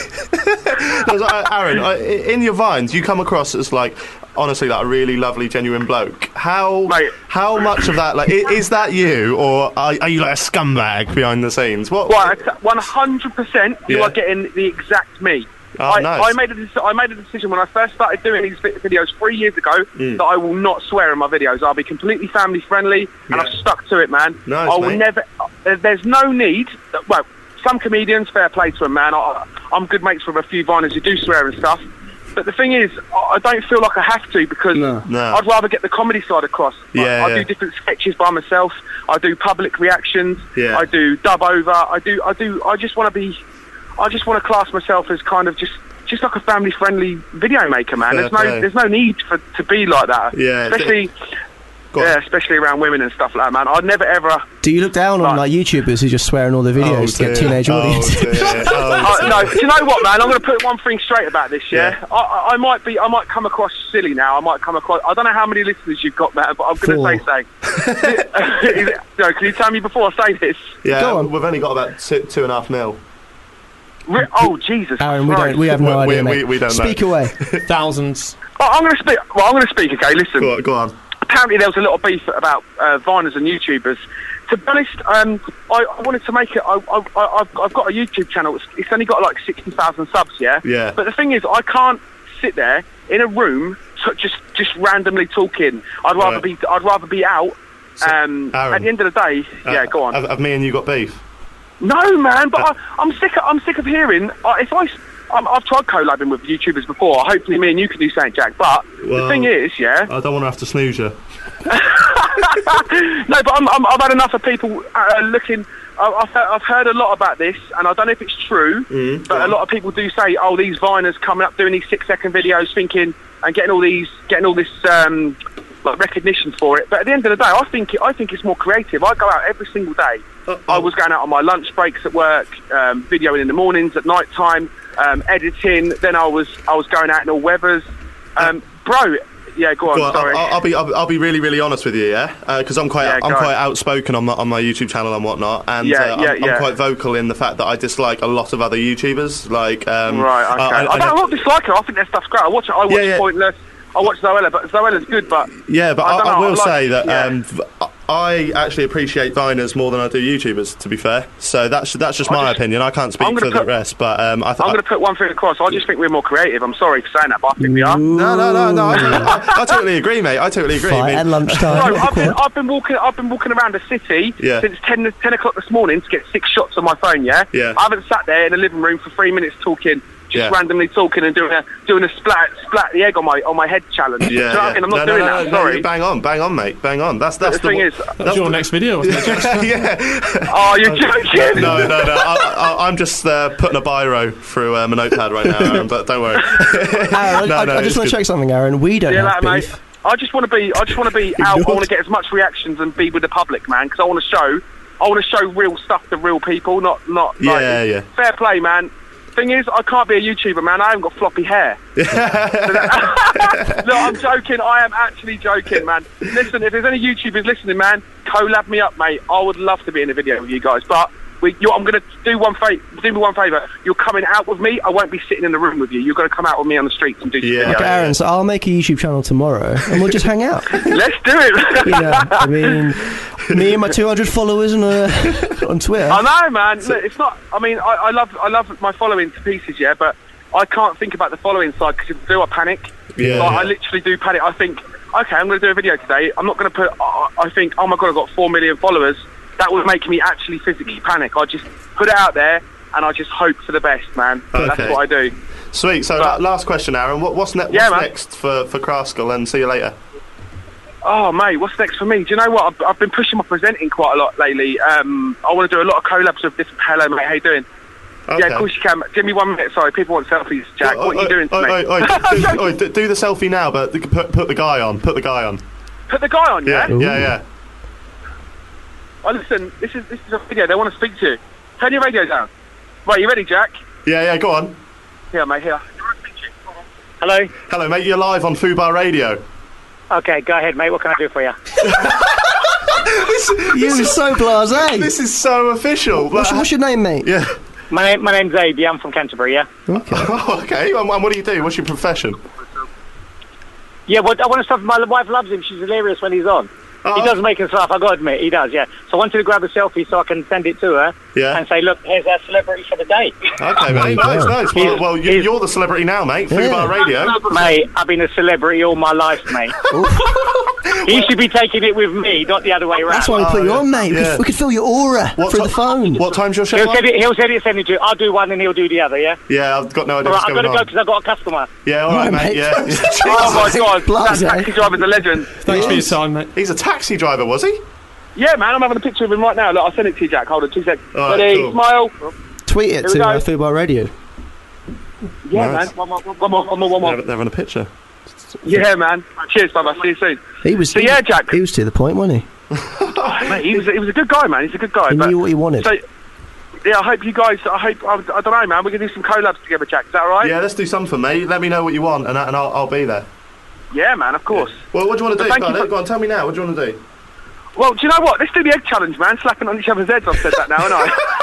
Speaker 2: Because, uh, Aaron, I- i- in your vines, you come across as like honestly like a really lovely, genuine bloke. How
Speaker 7: Mate.
Speaker 2: how much of that like i- is that you, or are, are you like a scumbag behind the scenes? What?
Speaker 7: Right, one hundred percent. You
Speaker 2: Yeah.
Speaker 7: are getting the exact me.
Speaker 2: Oh,
Speaker 7: I,
Speaker 2: nice.
Speaker 7: I made a deci- I made a decision when I first started doing these vi- videos three years ago
Speaker 2: Mm.
Speaker 7: that I will not swear in my videos. I'll be completely family friendly, and I've stuck to it, man.
Speaker 2: Nice,
Speaker 7: I will
Speaker 2: mate.
Speaker 7: never. Uh, there's no need. That, well, some comedians, fair play to them, man. I, I'm good mates with a few viners who do swear and stuff. But the thing is, I I don't feel like I have to because
Speaker 2: No.
Speaker 7: I'd rather get the comedy side across. Like,
Speaker 2: Yeah,
Speaker 7: I
Speaker 2: yeah.
Speaker 7: do different sketches by myself. I do public reactions.
Speaker 2: Yeah.
Speaker 7: I do dub over. I do. I do. I just want to be. I just want to class myself as kind of just. Just like a family-friendly video maker, man.
Speaker 2: Fair
Speaker 7: There's no,
Speaker 2: play.
Speaker 7: there's no need for to be like that.
Speaker 2: Yeah, it's-
Speaker 7: especially,
Speaker 2: Go on.
Speaker 7: yeah, especially around women and stuff like that, man. I'd never ever.
Speaker 6: do you look down on like YouTubers who just swear in all their
Speaker 2: Oh,
Speaker 6: videos to
Speaker 2: dear.
Speaker 6: get teenage
Speaker 2: Oh,
Speaker 6: audience?
Speaker 2: dear. Oh,
Speaker 7: I, no, do you know what, man? I'm going to put one thing straight about this. Yeah, I I, I might be, I might come across silly now. I might come across. I don't know how many listeners you've got, man, but I'm going to say something. Is it- no, can you tell me before I say this?
Speaker 2: yeah,
Speaker 6: Go on.
Speaker 2: we've only got about two, two and a half mil.
Speaker 7: Re- oh Jesus!
Speaker 6: Aaron, we
Speaker 7: Christ.
Speaker 6: don't. We have no
Speaker 2: We- we-
Speaker 6: idea, mate.
Speaker 2: we- we don't know.
Speaker 6: Speak away.
Speaker 5: Thousands.
Speaker 7: Oh, I'm going to speak. Well, I'm going to speak. Okay, listen.
Speaker 2: Go on, go on.
Speaker 7: apparently there was a lot of beef about uh, viners and YouTubers. To be honest, um, I, I wanted to make it. I, I, I, I've- I've got a YouTube channel. It's, it's only got like sixty thousand subs. Yeah.
Speaker 2: Yeah.
Speaker 7: But the thing is, I can't sit there in a room t- just just randomly talking. I'd rather
Speaker 2: Right.
Speaker 7: be. I'd rather be out. um,
Speaker 2: Aaron. Uh,
Speaker 7: at the end of the day, yeah, go on.
Speaker 2: Have, have me and you got beef?
Speaker 7: No, man, but I, I'm sick. Of, I'm sick of hearing. Uh, if I, i I've tried collabing with YouTubers before. Hopefully, me and you can do something, Jack. But
Speaker 2: Well-
Speaker 7: the thing is, yeah,
Speaker 2: I don't want to have to snooze you.
Speaker 7: no, but I'm, I'm, I've had enough of people uh, looking. I- I've, he- I've heard a lot about this, and I don't know if it's true, but a lot of people do say, "Oh, these viners coming up doing these six-second videos, thinking and getting all these, getting all this um, like recognition for it." But at the end of the day, I think it, I think it's more creative. I go out every single day. I was going out on my lunch breaks at work, um, videoing in the mornings, at night time, um, editing. Then I was I was going out in all weathers, um, bro. Yeah, go on.
Speaker 2: Well,
Speaker 7: sorry.
Speaker 2: I'll, I'll be I'll, I'll be really really honest with you, yeah, because I'm quite
Speaker 7: Yeah,
Speaker 2: I'm
Speaker 7: go on.
Speaker 2: quite outspoken on my, on my YouTube channel and whatnot, and
Speaker 7: Yeah,
Speaker 2: uh, I'm,
Speaker 7: yeah,
Speaker 2: I'm
Speaker 7: yeah.
Speaker 2: quite vocal in the fact that I dislike a lot of other YouTubers. Like, um,
Speaker 7: Right, okay.
Speaker 2: I-
Speaker 7: I,
Speaker 2: I- I
Speaker 7: don't,
Speaker 2: know-
Speaker 7: I'm not disliking her. I think their stuff's great. I watch it. I watch
Speaker 2: Yeah, yeah.
Speaker 7: Pointless. I watch Zoella, but Zoella's good, but
Speaker 2: yeah, but
Speaker 7: I
Speaker 2: I,
Speaker 7: don't
Speaker 2: I,
Speaker 7: know,
Speaker 2: will
Speaker 7: like-
Speaker 2: say that
Speaker 7: yeah.
Speaker 2: um, v- I actually appreciate viners more than I do YouTubers. To be fair, so that's that's just my
Speaker 7: just-
Speaker 2: opinion. I can't speak
Speaker 7: I'm
Speaker 2: for
Speaker 7: gonna
Speaker 2: the
Speaker 7: put-
Speaker 2: rest, but um, I, th-
Speaker 7: I'm
Speaker 2: I-
Speaker 7: going to put one thing across. I just think we're more creative. I'm sorry for saying that, but I think we are. No,
Speaker 2: no, no, no, no. I, I, I totally agree, mate. I totally agree. I
Speaker 6: Fight
Speaker 2: mean-
Speaker 6: at lunchtime.
Speaker 7: I've been, I've been walking. I've been walking around the city
Speaker 2: Yeah.
Speaker 7: since 10, 10 o'clock this morning to get six shots on my phone. Yeah,
Speaker 2: Yeah.
Speaker 7: I haven't sat there in the living room for three minutes talking. just
Speaker 2: Yeah.
Speaker 7: randomly talking and doing a doing a splat splat the egg on my on my head challenge. Do you know what I mean? I'm not
Speaker 2: no,
Speaker 7: doing
Speaker 2: no,
Speaker 7: that.
Speaker 2: no,
Speaker 7: sorry.
Speaker 2: No, bang on, bang on, mate. Bang on. That's that's
Speaker 7: the thing
Speaker 2: one-
Speaker 7: is- That's
Speaker 5: That's your next video. Wasn't it?
Speaker 2: yeah.
Speaker 7: oh, you're joking.
Speaker 2: No, no, no. I, I, I'm just uh, putting a biro through um, a notepad right now, Aaron, but don't worry.
Speaker 6: Aaron,
Speaker 2: No,
Speaker 6: I,
Speaker 2: no,
Speaker 6: I
Speaker 2: it's
Speaker 6: just want
Speaker 2: good.
Speaker 6: to check something, Aaron. We don't
Speaker 7: Yeah,
Speaker 6: have
Speaker 7: that,
Speaker 6: beef.
Speaker 7: mate. I just want to be. I just want to be out. I want to get as much reactions and be with the public, man. Because I want to show. I want to show real stuff to real people, not not. like,
Speaker 2: Yeah, yeah.
Speaker 7: Fair play, man. Thing is, I can't be a YouTuber, man. I haven't got floppy hair. So that- Look, I'm joking. I am actually joking, man. Listen, if there's any YouTubers listening, man, collab me up, mate. I would love to be in a video with you guys, but. We, you I'm gonna do one fa- do me one favor. You're coming out with me. I won't be sitting in the room with you. You're gonna come out with me on the streets and do some
Speaker 2: Yeah.
Speaker 7: video.
Speaker 2: Okay,
Speaker 6: Aaron, so I'll make a YouTube channel tomorrow and we'll just hang out.
Speaker 7: Let's do it.
Speaker 6: You know, I mean, me and my 200 followers on, uh, on Twitter.
Speaker 7: I know, man. Look, it's not. I mean, I, I love, I love my following to pieces, yeah. But I can't think about the following side because if I do, I panic.
Speaker 2: Yeah.
Speaker 7: Like, I literally do panic. I think, okay, I'm going to do a video today. I'm not going to put. I, I think, oh my god, I've got four million followers. That would make me actually physically panic. I just put it out there and I just hope for the best, man.
Speaker 2: Okay.
Speaker 7: That's what I do.
Speaker 2: Sweet. So,
Speaker 7: But-
Speaker 2: la- last question, Aaron. What, what's ne- what's
Speaker 7: Yeah, man.
Speaker 2: next for for Kraskell? And see you later.
Speaker 7: Oh, mate, what's next for me? Do you know what? I've, I've been pushing my presenting quite a lot lately. Um, I want to do a lot of collabs with different. Hello, mate. How you doing? Yeah, of course you can. Give me one minute. Sorry, people want selfies, Jack. what are you doing to
Speaker 2: Oi,
Speaker 7: me?
Speaker 2: oi, oi, do, oi, do- do the selfie now, but th- put, put the guy on. Put the guy on.
Speaker 7: Put the guy on, yeah?
Speaker 2: Yeah, yeah, yeah.
Speaker 7: Oh, listen, this is this is a video. They want to speak to you. Turn your radio down. Right, you ready, Jack?
Speaker 2: Yeah, yeah, go on.
Speaker 7: Here, mate, here.
Speaker 8: Hello.
Speaker 2: Hello, mate. You're live on Fubar Radio.
Speaker 8: Okay, go ahead, mate. What can I do for you?
Speaker 6: you were so blasé.
Speaker 2: This is so official.
Speaker 6: What's,
Speaker 2: Like,
Speaker 6: what's your name, mate?
Speaker 2: yeah.
Speaker 8: My name, my name's Abe. Yeah, I'm from Canterbury. Yeah.
Speaker 2: Oh, okay. And, and what do you do? What's your profession?
Speaker 8: Yeah. What I want to stuff. My wife loves him. She's hilarious when he's on. He
Speaker 2: Oh.
Speaker 8: does make us laugh. I got to admit, he does. Yeah. So I wanted to grab a selfie so I can send it to her
Speaker 2: Yeah.
Speaker 8: and say, look, here's our celebrity for the day.
Speaker 2: Okay, mate. Nice, nice. Well,
Speaker 8: He's-
Speaker 2: well you,
Speaker 8: he's-
Speaker 2: you're the celebrity now, mate.
Speaker 6: Yeah.
Speaker 2: Fubar Radio.
Speaker 8: mate, I've been a celebrity all my life, mate. he should be taking it with me, not the other way around.
Speaker 6: That's why we put you on, mate. We,
Speaker 2: yeah.
Speaker 6: could, we could feel your aura
Speaker 2: What
Speaker 6: through
Speaker 2: ti-
Speaker 6: the phone.
Speaker 2: What time's your show?
Speaker 8: He'll
Speaker 2: on?
Speaker 8: send it. He'll send it. Send it to. you. I'll do one and he'll do the other. Yeah.
Speaker 2: Yeah, I've got no idea
Speaker 8: All right.
Speaker 2: what's
Speaker 8: I've got
Speaker 2: going
Speaker 8: to go
Speaker 2: on.
Speaker 8: because I've got a customer.
Speaker 2: Yeah, all right, mate. Yeah.
Speaker 7: Oh, my God.
Speaker 6: Blasé.
Speaker 7: That taxi driver's a legend.
Speaker 5: Thanks for your time, mate.
Speaker 2: He's a taxi driver, was he?
Speaker 7: Yeah, man, I'm having a picture of him right now. Look, I'll send it to you, Jack. Hold on two seconds.
Speaker 2: All right,
Speaker 7: Ready?
Speaker 2: cool.
Speaker 7: Smile.
Speaker 6: Tweet it
Speaker 7: we
Speaker 6: to
Speaker 7: go.
Speaker 6: uh, Fubar Radio.
Speaker 7: Yeah,
Speaker 2: Nice.
Speaker 7: man. One more, one more, one more, one
Speaker 2: They're,
Speaker 7: more.
Speaker 2: they're having a picture.
Speaker 7: Yeah, man. Cheers, brother. See you soon.
Speaker 6: He was.
Speaker 7: So, yeah, Jack.
Speaker 6: He was to the point, wasn't he?
Speaker 7: Mate, he was, he was a good guy, man. He's a good guy.
Speaker 6: He
Speaker 7: but-
Speaker 6: knew what he wanted.
Speaker 7: so, yeah, I hope you guys, I hope, I, I don't know, man, we're going to do some collabs together, Jack. Is that all right?
Speaker 2: Yeah, let's do something, mate. Let me know what you want, and, I- and I'll, I'll be there.
Speaker 7: Yeah, man, of course.
Speaker 2: Well, what do you want to do?
Speaker 7: Thank
Speaker 2: Go on,
Speaker 7: you for-
Speaker 2: go on, tell me now. What do you want to do?
Speaker 7: Well, do you know what? Let's do the egg challenge, man. Slapping on each other's heads. I've said that now, haven't I?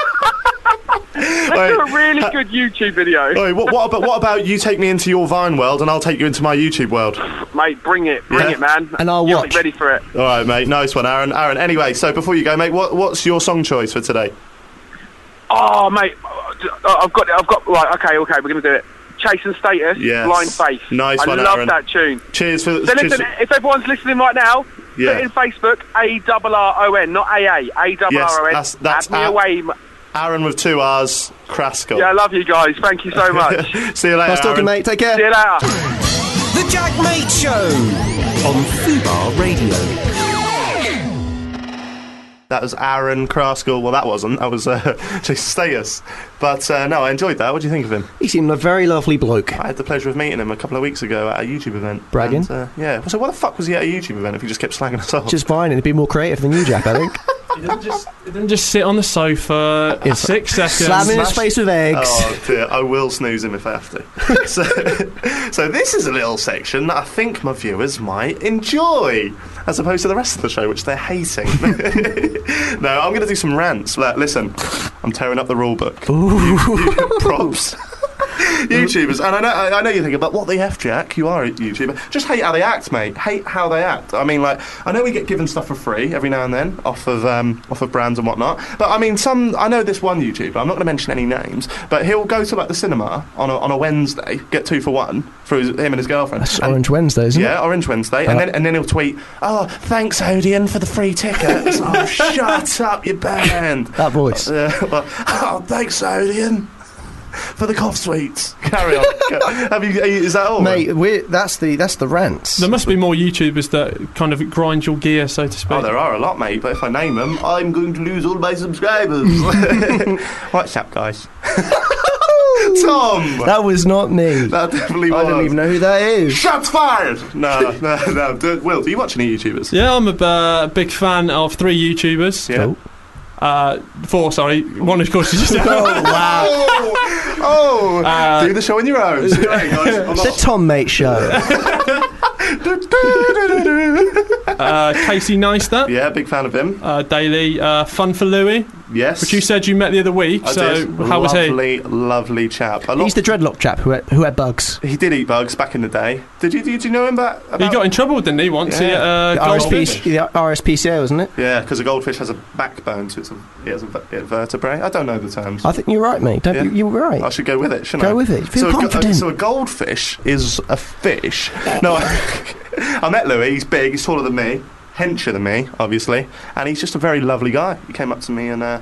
Speaker 7: Let's do a really good YouTube video.
Speaker 2: Oi, what, what, about, what about you take me into your Vine world, and I'll take you into my YouTube world?
Speaker 7: Mate, bring it. Bring
Speaker 2: Yeah.
Speaker 7: it, man.
Speaker 6: And I'll
Speaker 7: You'll
Speaker 6: watch.
Speaker 7: be ready for it.
Speaker 2: All right, mate. Nice one, Aaron. Aaron. Anyway, so before you go, mate, what, what's your song choice for today?
Speaker 7: Oh, mate. uh, I've got it. I've got. Right, okay, okay. We're going to do it. Chasing Status,
Speaker 2: Yes.
Speaker 7: Blind Faith.
Speaker 2: Nice
Speaker 7: I
Speaker 2: one,
Speaker 7: love
Speaker 2: Aaron.
Speaker 7: that tune.
Speaker 2: Cheers for.
Speaker 7: So
Speaker 2: cheers
Speaker 7: listen,
Speaker 2: for-
Speaker 7: if everyone's listening right now,
Speaker 2: Yeah.
Speaker 7: put in Facebook A-double-R-O-N, not A-A, A-double-R-O-N.
Speaker 2: Yes, that's- that's
Speaker 7: Add me
Speaker 2: at-
Speaker 7: away. m-
Speaker 2: Aaron with two R's, Kraskell.
Speaker 7: Yeah, I love you guys. Thank you so much. See
Speaker 2: See you later.
Speaker 6: Nice talking,
Speaker 2: Aaron.
Speaker 6: mate. Take care.
Speaker 7: you later.
Speaker 1: The Jack Mate Show on Fubar Radio.
Speaker 2: That was Aaron Kraskell. Well, that wasn't. That was uh, Jason Status. But uh, no, I enjoyed that. What do you think of him?
Speaker 6: He seemed a very lovely bloke.
Speaker 2: I had the pleasure of meeting him a couple of weeks ago at a YouTube event.
Speaker 6: Bragging.
Speaker 2: And, uh, yeah. So why the fuck was he at a YouTube event if he just kept slagging us off?
Speaker 6: Just fine. It'd be more creative than you, Jack. I think.
Speaker 5: He didn't just, he didn't just sit on the sofa
Speaker 6: Yes.
Speaker 5: six seconds.
Speaker 6: Slamming his face with eggs.
Speaker 2: Oh dear, I will snooze him if I have to. so, so this is a little section that I think my viewers might enjoy, as opposed to the rest of the show, which they're hating. no, I'm going to do some rants. Like, Listen, I'm tearing up the rule book. You- you- props. YouTubers, and I know, I I know you're thinking, but what the f, Jack? You are a YouTuber. Just hate how they act, mate. Hate how they act. I mean, like, I know we get given stuff for free every now and then off of um, off of brands and whatnot. But I mean, some I know this one YouTuber. I'm not going to mention any names, but he'll go to like the cinema on a, on a Wednesday, get two for one for his, him and his girlfriend.
Speaker 6: It's
Speaker 2: And-
Speaker 6: Orange Wednesday, isn't Uh.
Speaker 2: yeah, Orange Wednesday, and then and then he'll tweet, "Oh, thanks Odeon for the free tickets." oh, shut up, you band.
Speaker 6: That voice.
Speaker 2: Uh, well, oh, thanks Odeon. for the cough sweets. Carry on. Have you, eh, is that all?
Speaker 6: Mate, we're, that's the that's the rants.
Speaker 5: There must be more YouTubers that kind of grind your gear, so to speak.
Speaker 2: Oh, there are a lot, mate. But if I name them, I'm going to lose all my subscribers. What's up, guys? Tom.
Speaker 6: that was not me.
Speaker 2: That definitely
Speaker 6: I
Speaker 2: was.
Speaker 6: don't even know who that is.
Speaker 2: Shots fired! No, no, no. Do, Will, do you watch any YouTubers?
Speaker 5: Yeah, I'm a uh, big fan of three YouTubers.
Speaker 2: Yeah.
Speaker 6: Nope.
Speaker 5: Uh, four, sorry. One, of course, is just.
Speaker 2: Oh, wow. oh,
Speaker 5: Uh,
Speaker 2: do the show on your own. It's great, guys. I'm
Speaker 6: It's
Speaker 2: not-
Speaker 6: the Tom Mate Show.
Speaker 5: uh, Casey Neistat,
Speaker 2: yeah, big fan of him.
Speaker 5: uh, Daily, uh, Fun for Louie,
Speaker 2: Yes.
Speaker 5: which you said you met the other week.
Speaker 2: I
Speaker 5: so
Speaker 2: did.
Speaker 5: how was he?
Speaker 2: lovely, Lovely chap. A lot-
Speaker 6: He's the dreadlock chap who had, who had bugs.
Speaker 2: he did eat bugs back in the day. Did you? Did you know him back?
Speaker 5: He got in trouble, didn't he? Once
Speaker 2: Yeah.
Speaker 5: he
Speaker 6: The,
Speaker 5: uh, got-
Speaker 6: RSPC, the RSPCA, wasn't it?
Speaker 2: Yeah, because a goldfish has a backbone to its it has a, ve- it vertebrae. I don't know the terms.
Speaker 6: I think you're right, mate. Don't
Speaker 2: Yeah.
Speaker 6: you, you're right.
Speaker 2: I should go with it, shouldn't I?
Speaker 6: Go with it. Feel
Speaker 2: so A, go-
Speaker 6: confident.
Speaker 2: so a goldfish is a fish. No, I, I met Louis. He's big. He's taller than me. Hencher than me, obviously. And he's just a very lovely guy. He came up to me and uh,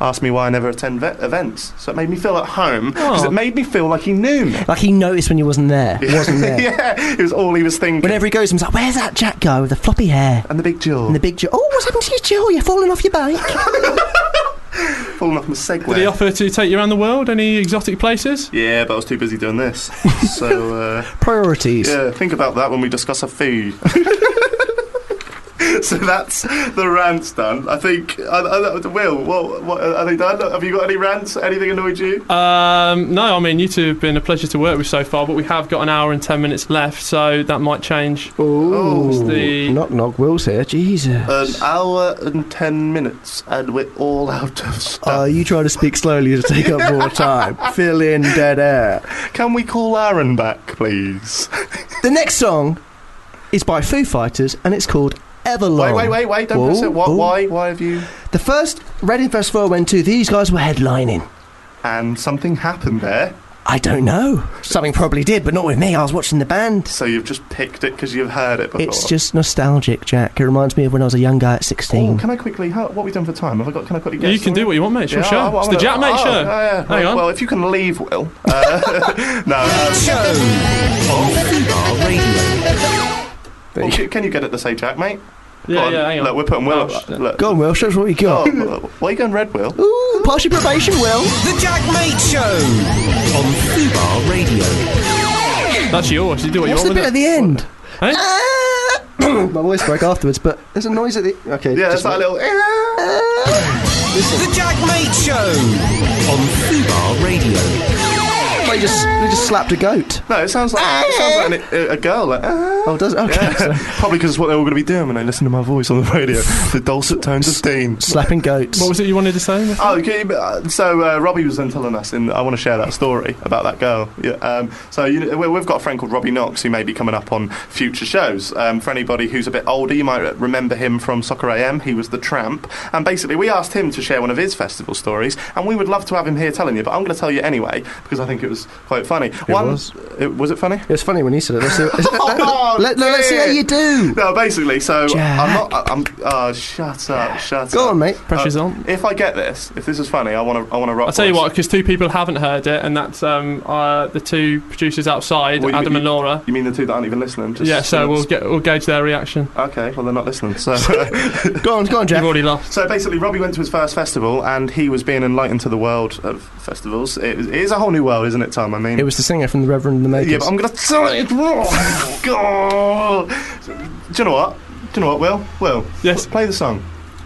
Speaker 2: asked me why I never attend ve- events. So it made me feel at home because
Speaker 5: Oh.
Speaker 2: it made me feel like he knew me.
Speaker 6: Like he noticed when you wasn't there. Wasn't there.
Speaker 2: yeah, it was all he was thinking.
Speaker 6: Whenever he goes, he's like, "Where's that Jack guy with the floppy hair
Speaker 2: and the big jaw.
Speaker 6: and the big jaw? Oh, what's happened to your jaw? You're falling off your bike."
Speaker 2: falling off my Segway.
Speaker 5: Did he offer to take you around the world? Any exotic places?
Speaker 2: yeah, but I was too busy doing this. so. Uh,
Speaker 6: Priorities.
Speaker 2: Yeah, think about that when we discuss a fee. so that's the rants done. I think I, I, Will, what, what are they done? Have you got any rants? Anything annoyed you?
Speaker 5: Um, no, I mean you two have been a pleasure to work with so far, but we have got an hour and ten minutes left, so that might change.
Speaker 6: Ooh,
Speaker 5: the-
Speaker 6: knock knock. Will's here. Jesus.
Speaker 5: Uh,
Speaker 2: An hour and ten minutes, and we're all out of
Speaker 6: Are
Speaker 2: stuff.
Speaker 6: Uh, you trying to speak slowly to take up more time? Fill in dead air.
Speaker 2: Uh, Can we call Aaron back, please?
Speaker 6: The next song is by Foo Fighters and it's called
Speaker 2: Wait,
Speaker 6: Everlong.
Speaker 2: wait, wait, wait! Don't
Speaker 6: Whoa,
Speaker 2: press it. What,
Speaker 6: whoa.
Speaker 2: why? Why have you?
Speaker 6: The first Reading Festival I went to, these guys were headlining.
Speaker 2: And something happened there,
Speaker 6: I don't know. Something probably did, but not with me. I was watching the band.
Speaker 2: so you've just picked it because you've heard it before.
Speaker 6: It's just nostalgic, Jack. It reminds me of when I was a young guy at 16.
Speaker 2: Oh, can I quickly? How, what are we done for time? Have I got? Can I quickly?
Speaker 5: you
Speaker 2: guess
Speaker 5: can
Speaker 2: already?
Speaker 5: do what you want, mate. It's your
Speaker 2: Yeah,
Speaker 5: show.
Speaker 2: I- I
Speaker 5: it's the
Speaker 2: wanna-
Speaker 5: Jack Mate
Speaker 2: oh,
Speaker 5: Show.
Speaker 2: yeah, yeah.
Speaker 5: Hang on.
Speaker 2: Well, if you can leave, Will. Uh, no. Well, c- can you get it to say Jack, mate? Go
Speaker 5: yeah,
Speaker 2: on.
Speaker 5: yeah, hang on.
Speaker 2: Look, we're putting Will
Speaker 5: Oh,
Speaker 2: up.
Speaker 5: shit.
Speaker 2: Look.
Speaker 6: Go on, Will. Show us what you
Speaker 2: Oh,
Speaker 6: got.
Speaker 2: w- why are you going red, Will?
Speaker 6: Ooh, partial probation, Will.
Speaker 1: The Jack Mate Show on Fubar Radio.
Speaker 5: That's yours. You do what
Speaker 6: What's
Speaker 5: you
Speaker 6: the
Speaker 5: want.
Speaker 6: bit at
Speaker 5: with
Speaker 6: the end?
Speaker 5: it. Eh?
Speaker 6: My voice broke afterwards, but there's a noise at the. Okay.
Speaker 2: Yeah, that's that
Speaker 6: just-
Speaker 2: little.
Speaker 1: The Jack Mate Show on Fubar Radio.
Speaker 6: They just they just slapped a goat.
Speaker 2: "Ah." No, it sounds like it sounds like an, a, a girl. Like, ah.
Speaker 6: Oh, does it? Okay.
Speaker 2: Probably because it's what they're all going to be doing when they listen to my voice on the radio. the dulcet tones of steam.
Speaker 6: Slapping goats.
Speaker 5: What was it you wanted to say?
Speaker 2: Oh, okay, but, uh, so uh, Robbie was then telling us, and I want to share that story about that girl. Yeah, um, so you know, we- we've got a friend called Robbie Knox who may be coming up on future shows. Um, for anybody who's a bit older, you might remember him from Soccer AM. He was the Tramp, and basically we asked him to share one of his festival stories, and we would love to have him here telling you, but I'm going to tell you anyway because I think it was quite funny. It
Speaker 6: was.
Speaker 2: It, was it funny?
Speaker 6: It was funny when he said it. Let's see,
Speaker 2: Oh,
Speaker 6: let, us see how
Speaker 2: dear.
Speaker 6: you do.
Speaker 2: No, basically, so I'm
Speaker 6: Jack.
Speaker 2: not. I- I'm. Oh, shut up, shut up. Uh,
Speaker 6: Go on, mate.
Speaker 5: Pressure's on.
Speaker 2: If I get this, if this is funny, I want to. I want to rock.
Speaker 5: I'll tell you
Speaker 2: this.
Speaker 5: what, because two people haven't heard it, and that's um, uh, the two producers outside,
Speaker 2: Well, you-
Speaker 5: Adam
Speaker 2: you-
Speaker 5: and Laura.
Speaker 2: You mean the two that aren't even listening? Just
Speaker 5: yeah, so we'll get we'll gauge their reaction.
Speaker 2: Okay, well they're not listening. So,
Speaker 6: Go on, go on,
Speaker 5: You've
Speaker 6: Jack.
Speaker 5: already lost.
Speaker 2: so basically, Robbie went to his first festival and he was being enlightened to the world of festivals. It, it is a whole new world, isn't it, Tom? I mean,
Speaker 6: It was the singer from the Reverend and the Makers.
Speaker 2: yeah, but I'm gonna tell it. God. Do you know what? Do you know what, Will? Will,
Speaker 5: Yes.
Speaker 2: play the song.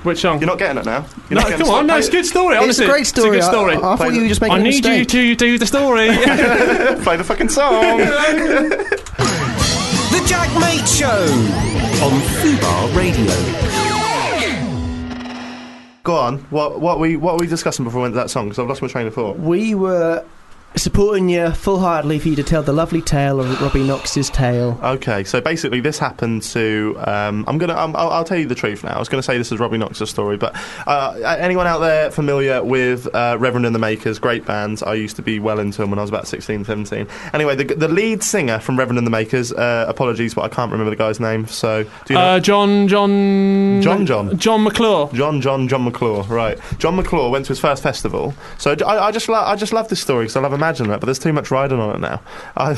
Speaker 5: Which song?
Speaker 2: You're not getting it now. You're
Speaker 5: no,
Speaker 2: not getting
Speaker 5: come
Speaker 2: it.
Speaker 5: on, no,
Speaker 2: Play
Speaker 5: it's a
Speaker 2: it-
Speaker 5: good story.
Speaker 6: it's
Speaker 5: Honestly,
Speaker 6: a great story.
Speaker 5: It's a good story.
Speaker 6: I, I, thought you were just
Speaker 5: I
Speaker 6: making a
Speaker 5: need you
Speaker 6: mistake.
Speaker 5: to do the story.
Speaker 2: Play the fucking song.
Speaker 1: The Jack Mate Show on Fubar Radio.
Speaker 2: Go on. What what we what were we discussing before we went to that song? Because I've lost my train of thought.
Speaker 6: We were supporting you full heartedly for you to tell the lovely tale of Robbie Knox's tale.
Speaker 2: Okay, so basically, this happened to. Um, I'm gonna. Um, I'll, I'll tell you the truth now. I was gonna say this is Robbie Knox's story, but uh, uh, anyone out there familiar with uh, Reverend and the Makers? Great bands. I used to be well into them when I was about 16, 17. Anyway, the, the lead singer from Reverend and the Makers. Uh, apologies, but I can't remember the guy's name. So do you know?
Speaker 5: uh, John, John,
Speaker 2: John John.
Speaker 5: John McClure.
Speaker 2: John, John, John McClure, right? John McClure went to his first festival. So I, I just, lo- I just love this story because I love a imagine that, but there's too much riding on it now. I,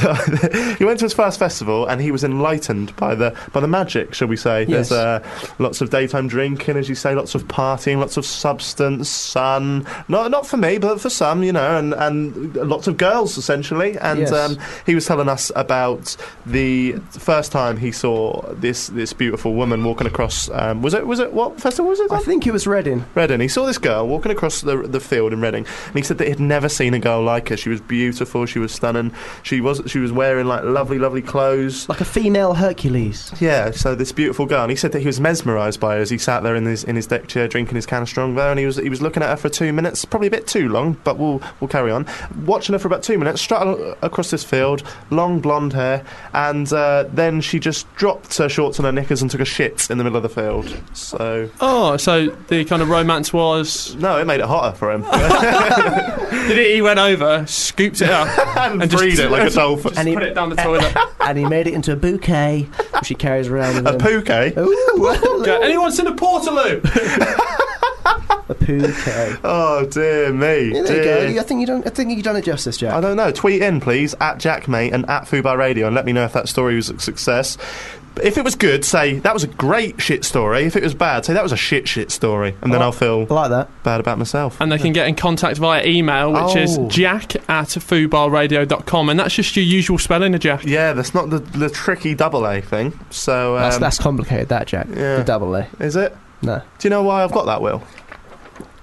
Speaker 2: he went to his first festival and he was enlightened by the by the magic, shall we say?
Speaker 6: Yes.
Speaker 2: There's uh, lots of daytime drinking, as you say, lots of partying, lots of substance, sun. Not not for me, but for some, you know, and and lots of girls essentially. And
Speaker 6: Yes.
Speaker 2: um, he was telling us about the first time he saw this this beautiful woman walking across. Um, was it was it what festival was it?
Speaker 6: I think it was Reading.
Speaker 2: Reading. He saw this girl walking across the the field in Reading, and he said that he'd never seen a girl like her. She was beautiful. She was stunning. She was she was wearing like lovely, lovely clothes.
Speaker 6: Like a female Hercules.
Speaker 2: Yeah, so this beautiful girl. And he said that he was mesmerised by her as he sat there in his in his deck chair drinking his can of strong beer, and he was he was looking at her for two minutes, probably a bit too long, but we'll we'll carry on. Watching her for about two minutes, strutting across this field, long blonde hair, and uh, then she just dropped her shorts and her knickers and took a shit in the middle of the field. So
Speaker 5: Oh, so the kind of romance was
Speaker 2: no, it made it hotter for him.
Speaker 5: did he, he went over, scooped it up,
Speaker 2: and,
Speaker 5: And just-
Speaker 2: breed it like a dolphin.
Speaker 6: And he,
Speaker 5: put it down the toilet.
Speaker 6: and he made it into a bouquet, which he carries around with
Speaker 2: A
Speaker 6: him.
Speaker 2: pookie.
Speaker 6: Ooh,
Speaker 5: Yeah, anyone seen a Portaloo?
Speaker 6: a bouquet.
Speaker 2: Oh dear me.
Speaker 6: Yeah, there you
Speaker 2: dear.
Speaker 6: go. You- I think you don't. I think you've done it justice, Jack.
Speaker 2: I don't know. Tweet in, please, at Jackmate and at Fubar Radio, and let me know if that story was a success. If it was good, say that was a great shit story. If it was bad, say that was a shit shit story, and then
Speaker 6: I
Speaker 2: I'll feel
Speaker 6: I like that.
Speaker 2: bad about myself.
Speaker 5: and they can get in contact via email, which is
Speaker 2: Oh.
Speaker 5: jack at foobarradio.com. And that's just your usual spelling of Jack.
Speaker 2: Yeah, that's not the, the tricky double A thing. So um,
Speaker 6: That's, that's complicated, that Jack.
Speaker 2: yeah.
Speaker 6: The double A.
Speaker 2: is it?
Speaker 6: No.
Speaker 2: Do you know why I've got that, Will?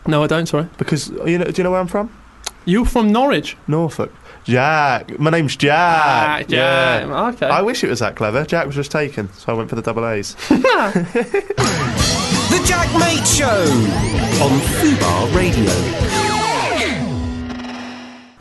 Speaker 5: No, I don't, sorry.
Speaker 2: Because you know, do you know where I'm from?
Speaker 5: You're from Norwich.
Speaker 2: Norfolk. Jack. My name's Jack.
Speaker 5: Ah, yeah. Okay.
Speaker 2: I wish it was that clever. Jack was just taken, so I went for the double A's.
Speaker 1: The Jack Mate Show on Fubar Radio.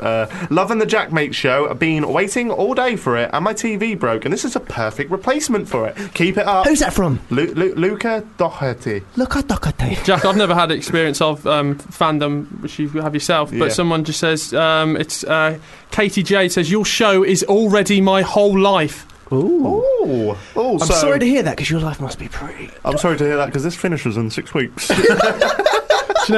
Speaker 2: Uh, loving the Jackmate show. I've been waiting all day for it, and my TV broke, and this is a perfect replacement for it. Keep it up.
Speaker 6: Who's that from?
Speaker 2: Lu- Lu- Luca Doherty.
Speaker 6: Look at Dokate.
Speaker 5: Jack, I've never had experience of um, fandom, which you have yourself, but
Speaker 2: Yeah.
Speaker 5: someone just says, um, it's uh, Katie J says, Your show is already my whole life.
Speaker 6: Ooh.
Speaker 2: Oh, oh.
Speaker 6: I'm
Speaker 2: so,
Speaker 6: sorry to hear that because your life must be pretty.
Speaker 2: I'm sorry to hear that because this finishes in six weeks.
Speaker 5: Do you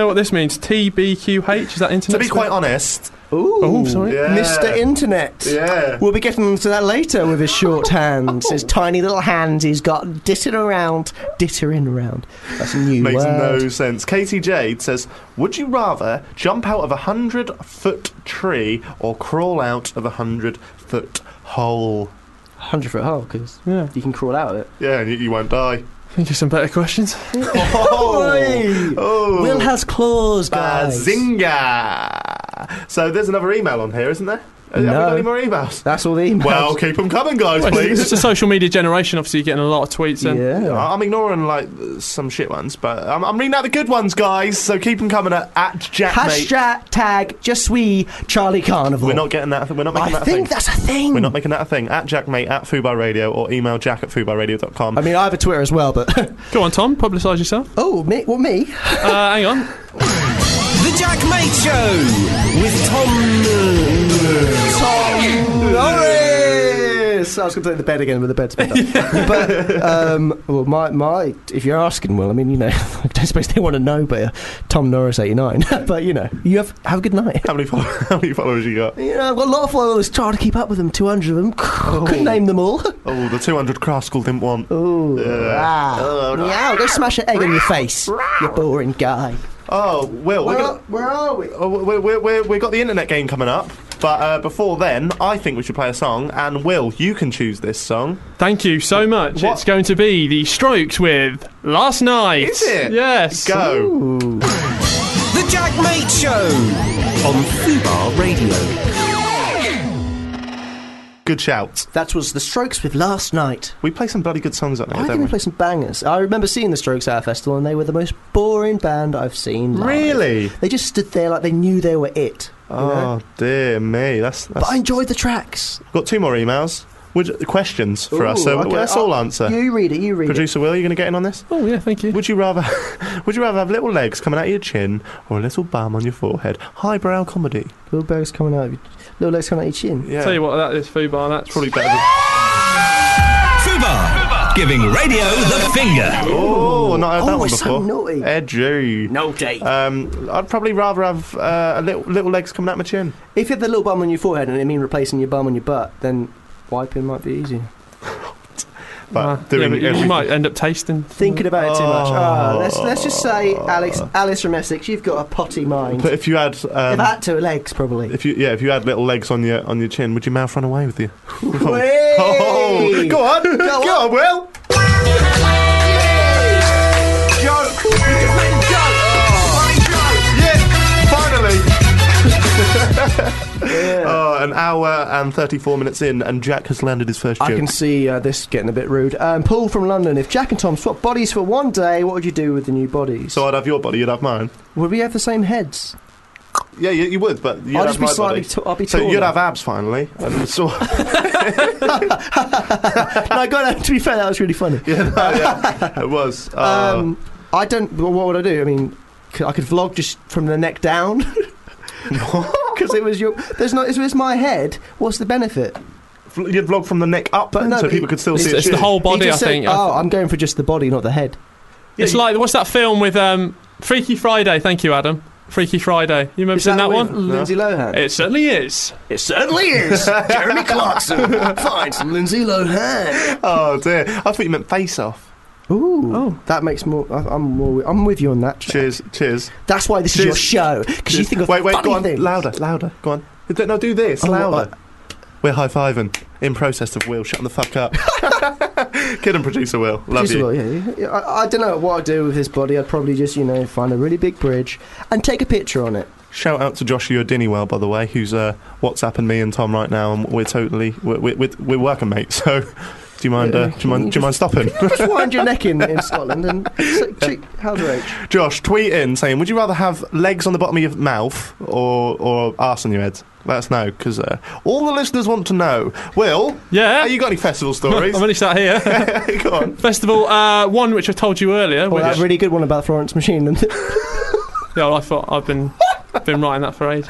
Speaker 5: know what this means? TBQH? Is that
Speaker 2: to
Speaker 5: internet?
Speaker 2: be quite honest,
Speaker 6: Ooh.
Speaker 5: Oh, sorry.
Speaker 2: Yeah.
Speaker 6: Mr. Internet.
Speaker 2: yeah. Oh.
Speaker 6: We'll be getting to that later with his short hands, his tiny little hands he's got dittering around, dittering around. That's a new
Speaker 2: Makes
Speaker 6: word.
Speaker 2: no sense. Katie Jade says, "Would you rather jump out of a hundred-foot tree or crawl out of a hundred-foot hole?"
Speaker 6: Hundred foot hole because
Speaker 5: Yeah.
Speaker 6: you can crawl out of it.
Speaker 2: Yeah, and you, you won't die.
Speaker 5: Think of some better questions.
Speaker 6: Oi!
Speaker 2: Oh.
Speaker 6: Will has claws, guys.
Speaker 2: Bazinga! So there's another email on here, isn't there? Have we
Speaker 6: No.
Speaker 2: got any more emails?
Speaker 6: That's all the emails.
Speaker 2: Well, keep them coming, guys,
Speaker 5: It's,
Speaker 2: please.
Speaker 5: a social media generation, obviously, you're getting a lot of tweets and
Speaker 6: yeah.
Speaker 2: I- I'm ignoring like some shit ones, but I'm, I'm reading out the good ones, guys. So keep them coming at, at Jack. mate.
Speaker 6: Hashtag just we Charlie Carnival.
Speaker 2: We're not getting that. We're not making
Speaker 6: I
Speaker 2: that
Speaker 6: think
Speaker 2: a thing.
Speaker 6: that's a thing.
Speaker 2: We're not making that a thing. At Jackmate at Fubar Radio or email Jack at FubarRadio.com.
Speaker 6: I mean, I have a Twitter as well, but
Speaker 5: Go on, Tom, publicise yourself.
Speaker 6: oh, me, well, me.
Speaker 5: uh, hang on.
Speaker 1: The Jack Mate Show with Tom.
Speaker 6: Norris. I was going to play the bed again, but the bed's been done. but um, well, my my, if you're asking, well, I mean, you know, I don't suppose they want to know, but uh, Tom Norris, eighty nine. but you know, you have have a good night.
Speaker 2: How many, follow- how many followers you got?
Speaker 6: You know, I've got a lot of followers. Trying to keep up with them, two hundred of them. Couldn't name them all.
Speaker 2: Oh, the 200 Craft School didn't want.
Speaker 6: Ooh,
Speaker 2: Yeah.
Speaker 6: ah,
Speaker 2: Oh, no.
Speaker 6: meow, go smash an egg on your face, you boring guy.
Speaker 2: Oh, Will, we're gonna-
Speaker 6: where are we?
Speaker 2: Oh, we- we- we- We've got the internet game coming up, but uh, before then, I think we should play a song. And Will, you can choose this song.
Speaker 5: Thank you so much.
Speaker 2: What-
Speaker 5: It's going to be the Strokes with Last Night.
Speaker 2: Is it?
Speaker 5: Yes.
Speaker 2: Go.
Speaker 1: The Jack Mate Show on Fubar Radio.
Speaker 2: Good shout.
Speaker 6: That was the Strokes with last night.
Speaker 2: We play some bloody good songs out there,
Speaker 6: I
Speaker 2: don't
Speaker 6: think
Speaker 2: we?
Speaker 6: we play some bangers. I remember seeing the Strokes at a festival, and they were the most boring band I've seen. live.
Speaker 2: Really?
Speaker 6: They just stood there like they knew they were it. you know?
Speaker 2: Oh dear me. That's,
Speaker 6: But
Speaker 2: that's
Speaker 6: I enjoyed the tracks.
Speaker 2: got two more emails. Would you- questions for us?
Speaker 6: Ooh,
Speaker 2: So
Speaker 6: okay,
Speaker 2: let's
Speaker 6: I'll-
Speaker 2: all answer.
Speaker 6: You read it. You read it.
Speaker 2: Producer Will, you going to get in on this?
Speaker 5: Oh, yeah, thank you.
Speaker 2: Would you rather? would you rather have little legs coming out of your chin or a little bum on your forehead? Highbrow comedy.
Speaker 6: Little Berg's coming out. of your- Little legs coming out of your chin.
Speaker 2: Yeah.
Speaker 5: Tell you what, that is food bar. That's
Speaker 2: Probably better. Than-
Speaker 1: Fubar.
Speaker 9: Giving radio the finger.
Speaker 2: Oh, not heard that
Speaker 6: Oh,
Speaker 2: one
Speaker 6: it's so
Speaker 2: before.
Speaker 6: naughty.
Speaker 2: Edgy.
Speaker 10: No date.
Speaker 2: Um, I'd probably rather have uh, a little, little legs coming out my chin.
Speaker 6: If you have the little bum on your forehead and it mean replacing your bum on your butt, then wiping might be easier.
Speaker 2: But
Speaker 5: Uh,
Speaker 2: doing
Speaker 5: yeah, but you
Speaker 2: everything-
Speaker 5: might end up tasting.
Speaker 6: Thinking about it too much.
Speaker 2: Oh.
Speaker 6: Ah, let's let's just say, Alex, Alice from Essex, you've got a potty mind.
Speaker 2: But if you had,
Speaker 6: if
Speaker 2: Ah. um,
Speaker 6: that to legs, probably.
Speaker 2: if you yeah, if you had little legs on your on your chin, would your mouth run away with you?
Speaker 6: Whey!
Speaker 2: Oh, go on, go, on, Will.
Speaker 6: Oh.
Speaker 2: Yeah, finally. Oh, an hour and 34 minutes in, and Jack has landed his first
Speaker 6: I
Speaker 2: joke.
Speaker 6: can see uh, this getting a bit rude. Um, Paul from London, if Jack and Tom swapped bodies for one day, what would you do with the new bodies?
Speaker 2: so I'd have your body, you'd have mine.
Speaker 6: would we have the same heads?
Speaker 2: Yeah, you, you would, but you'd
Speaker 6: I'll
Speaker 2: have
Speaker 6: just be
Speaker 2: my
Speaker 6: slightly.
Speaker 2: body.
Speaker 6: T- I'll be
Speaker 2: so
Speaker 6: taller.
Speaker 2: you'd have abs finally. And so,
Speaker 6: no, God, to be fair, that was really funny.
Speaker 2: yeah, no, yeah, it was. Uh,
Speaker 6: Um, I don't. Well, what would I do? I mean, c- I could vlog just from the neck down. Because it was your. There's not. It's, it's my head. What's the benefit?
Speaker 2: fl- you'd vlog from the neck up,
Speaker 6: But no,
Speaker 2: so
Speaker 6: but
Speaker 2: people
Speaker 6: it-
Speaker 2: could still
Speaker 5: It's,
Speaker 2: see it.
Speaker 5: it's the whole
Speaker 6: He
Speaker 5: body, I
Speaker 6: just said,
Speaker 5: think.
Speaker 6: oh, I'm going for just the body, not the head.
Speaker 5: it's like what's that film with um, Freaky Friday? Thank you, Adam. Freaky Friday. You remember
Speaker 6: Is
Speaker 5: seeing that,
Speaker 6: with
Speaker 5: one?
Speaker 6: Lindsay Lohan.
Speaker 5: It certainly is.
Speaker 6: It certainly is. Jeremy Clarkson finds Lindsay Lohan.
Speaker 2: Oh dear! I thought you meant face off.
Speaker 6: Ooh,
Speaker 5: Oh.
Speaker 6: that makes more. I, I'm more. I'm with you on that. Jack.
Speaker 2: Cheers, cheers.
Speaker 6: That's why this is your
Speaker 2: Cheers.
Speaker 6: show because you
Speaker 2: cheers.
Speaker 6: think of
Speaker 2: wait, wait,
Speaker 6: funny
Speaker 2: go on,
Speaker 6: things.
Speaker 2: louder, louder, go on. No, do this
Speaker 6: Oh,
Speaker 2: louder. We're high fiving in process of Will shutting the fuck up. Kid and producer Will, love
Speaker 6: Just
Speaker 2: you.
Speaker 6: well, yeah, yeah. I, I don't know what I'd do with this body. I'd probably just, you know, find a really big bridge and take a picture on it.
Speaker 2: Shout out to Joshua Dinnywell, by the way, who's uh, WhatsApping me and Tom right now, and we're totally we're we're, we're, we're working, mate. So, do you mind? Uh, do you mind? Do you mind stopping?
Speaker 6: Just wind your neck in in Scotland and so, cheek, how's your age?
Speaker 2: Josh, tweet in saying, would you rather have legs on the bottom of your mouth or or arse on your head? Let us know because uh, all the listeners want to know. Will,
Speaker 5: Yeah.
Speaker 2: have you got any festival
Speaker 5: Uh, I'm
Speaker 2: stories?
Speaker 5: only sat here.
Speaker 2: Go on.
Speaker 5: Festival uh, one, which I told you earlier.
Speaker 6: Well,
Speaker 5: which,
Speaker 6: that really good one about Florence Machine. And
Speaker 5: Yeah, well, I thought I've been been writing that for ages.